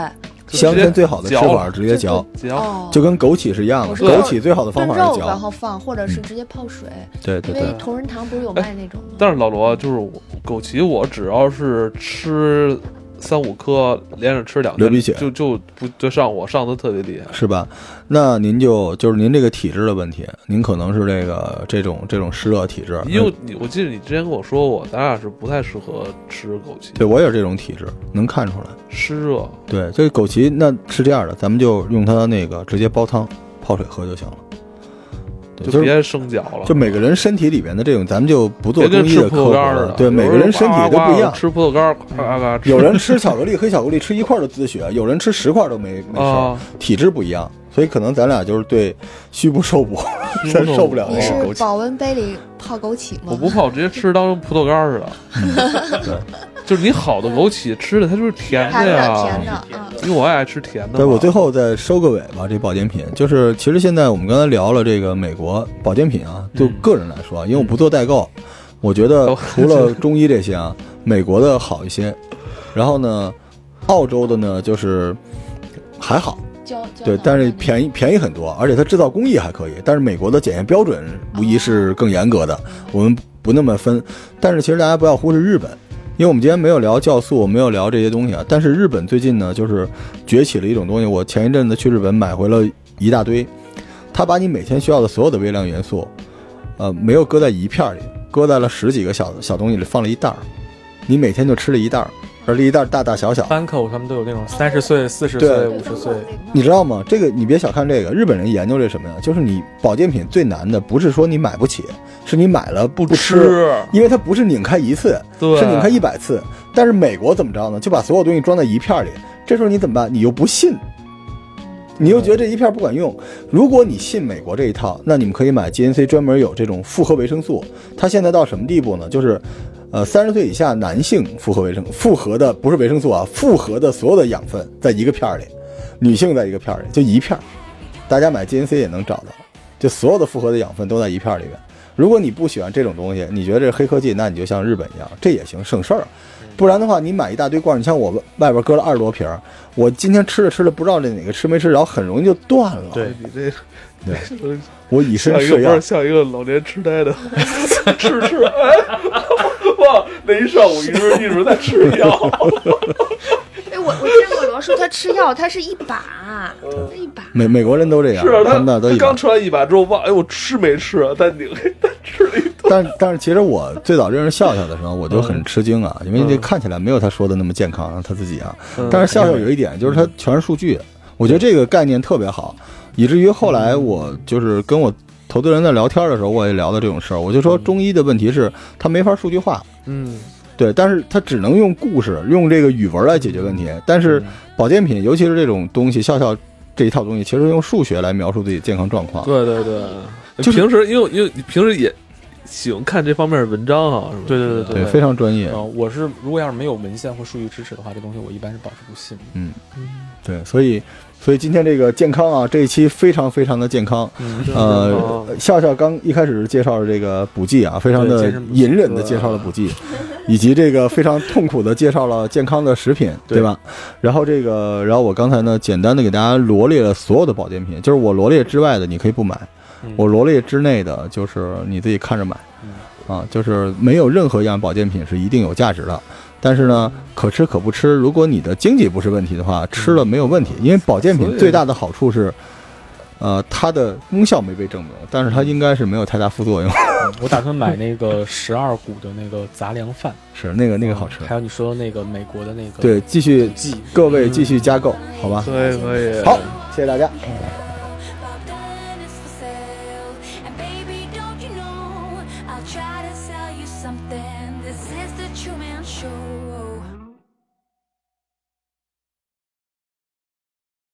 S2: 就
S3: 西洋
S2: 直
S3: 参
S2: 接
S3: 最好的吃
S2: 嚼
S3: 法是直接嚼，
S2: 嚼，
S5: 哦，
S3: 就跟枸杞是一样的。
S5: 我知道
S3: 枸杞最好的方
S5: 炖
S3: 法
S5: 肉
S3: 是
S5: 然
S3: 嚼。
S5: 后放，或者是直接泡水，
S3: 嗯对
S5: 因
S3: 对
S5: 为
S3: 对，哎
S5: 同仁堂不是有卖那种吗？
S2: 但是老罗就是我枸杞，我只要是吃三五颗，连着吃两天，
S3: 流鼻血
S2: 就就不就上火，上的特别厉害。
S3: 是吧？那您就就是您这个体质的问题，您可能是这个这种这种湿热体质。嗯
S2: 因为你我记得你之前跟我说过，咱俩是不太适合吃枸杞，
S3: 对我也是这种体质，能看出来。
S2: 湿热。
S3: 对，这枸杞那是这样的，咱们就用它那个直接煲汤泡水喝就行了。对，
S2: 就
S3: 就是
S2: 别生嚼了，
S3: 就每个人身体里边的这种，咱们就不做
S2: 别
S3: 中
S2: 跟
S3: 医
S2: 吃
S3: 的
S2: 葡
S3: 科
S2: 萄
S3: 普
S2: 干儿
S3: 了
S2: 的。，
S3: 对，每个人身体都不一样。
S2: 吃葡萄干儿，咔咔吃。
S3: 有人吃巧克力，黑巧克力吃一块都滋血，有人吃十块都没没事儿，
S2: 啊，
S3: 体质不一样，所以可能咱俩就是对虚不受补，
S2: 虚
S3: 咱
S2: 不受
S3: 受不了
S5: 你
S3: 那哦个枸
S5: 是
S3: 杞。
S5: 保温杯里泡枸杞
S2: 我
S5: 吗？
S2: 不怕，我直接吃当葡萄干儿似的。
S3: 对，
S2: 就是你好的枸杞吃的它就是甜
S5: 甜
S2: 呀，
S5: 的甜的，嗯，
S2: 因为我也爱吃甜的。
S3: 对，我最，后再收个尾吧。这保健品就是，其实现在我们刚才聊了这个美国保健品啊，就个人来说啊，因为我不做代购，我觉得除了中医这些啊，美国的好一些。然后呢，澳洲的呢就是还好，
S5: 胶胶
S3: 对，
S5: 囊
S3: 但是
S5: 的
S3: 便宜便宜很多，而且它制造工艺还可以。但是美国的检验标准无疑是更严格的，我们不那么分。但是其实大家不要忽视日本，因为我们今天没有聊酵素，没有聊这些东西啊。但是日本最近呢，就是崛起了一种东西。我前一阵子去日本买回了一大堆，它把你每天需要的所有的微量元素，呃，没有搁在一片儿里，搁在了十几个小小东西里，放了一袋儿，你每天就吃了一袋儿，而这一袋儿大大小小。
S4: Banco 他们都有那种三十岁、四十岁、
S3: 对
S4: 五十岁，
S5: 啊
S3: 你知道吗？这个你别小看这个，日本人研究这什么呀？就是你保健品最难的，不是说你买不起，是你买了不
S2: 不
S3: 吃，因为它不是拧开一次，
S2: 对，
S3: 是拧开一百次。但是美国怎么着呢？就把所有东西装在一片儿里，这时候你怎么办？你又不信，你又觉得这一片儿不管用。如果你信美国这一套，那你们可以买 GNC 专门有这种复合维生素。它现在到什么地步呢？就是，呃，三十岁以下男性复合维生复合的不是维生素啊，复合的所有的养分在一个片儿里，女性在一个片儿里，就一片儿。大家买 GNC 也能找到，就所有的复合的养分都在一片儿里面。如果你不喜欢这种东西，你觉得这是黑科技，那你就像日本一样，这也行，省事儿。不然的话，你买一大堆罐儿，你像我外边搁了二十多瓶儿，我今天吃着吃着不知道这哪个吃没吃着，很容易就断了。
S4: 对
S2: 哎你这 对，
S3: 我以身
S2: 像一个
S3: 试
S2: 不
S3: 药
S2: 是，像一个老年痴呆的， 吃吃哎，哇，那一上午一直一直在吃药，
S5: 哎，我我听过罗叔他吃药，他是一把，一把。
S3: 美美国人都这 样，
S2: 是啊，
S3: 他们那
S2: 他
S3: 都
S2: 他
S3: 一样
S2: 刚。吃完一把之后忘，哎，我吃没吃啊？但拧，他吃了一
S3: 但是但是，其实我最早认识笑笑的时候，我就很吃惊啊，因为这看起来没有他说的那么健康，他自己啊。
S2: 嗯
S3: 但是笑笑有一点，就是他全是数据，我觉得这个概念特别好，以至于后来我就是跟我投资人在聊天的时候，我也聊到这种事儿，我就说中医的问题是它没法数据化，
S2: 嗯，
S3: 对，但是它只能用故事、用这个语文来解决问题。但是保健品，尤其是这种东西，笑笑这一套东西，其实用数学来描述自己健康状况。
S2: 对对对，
S3: 就是
S2: 平时因为因为你平时也喜欢看这方面的文章啊，是吧？
S4: 对对对
S3: 对，非常专业。
S4: 嗯，我是如果要是没有文献或数据支持的话，这东西我一般是保持不信的。
S3: 嗯，对，所以，所以今天这个健康啊，这一期非常非常的健康。
S4: 嗯
S3: 呃，笑笑刚一开始介绍了这个补剂啊，非常
S4: 对
S3: 的
S4: 健身补剂
S3: 隐忍的介绍了补剂， 以及这个非常痛苦的介绍了健康的食品，
S4: 对
S3: 对吧？然后这个，然后我刚才呢，简单的给大家罗列了所有的保健品，就是我罗列之外的你可以不买，我罗列之内的就是你自己看着买，啊，就是没有任何一样保健品是一定有价值的。但是呢，可吃可不吃。如果你的经济不是问题的话，吃了没有问题，因为保健
S2: 所
S3: 品
S2: 以
S3: 最大的好处是，呃，它的功效没被证明，但是它应该是没有太大副作 用。
S4: 我打算买那个十二股的那个杂粮饭，啊
S3: 是那个那个哦好吃。
S4: 还有你说的那个美国的那个
S3: 对，继续嗯
S4: 记
S3: 各位继续加购，好吧？
S2: 可以可以，
S3: 好，谢谢大家。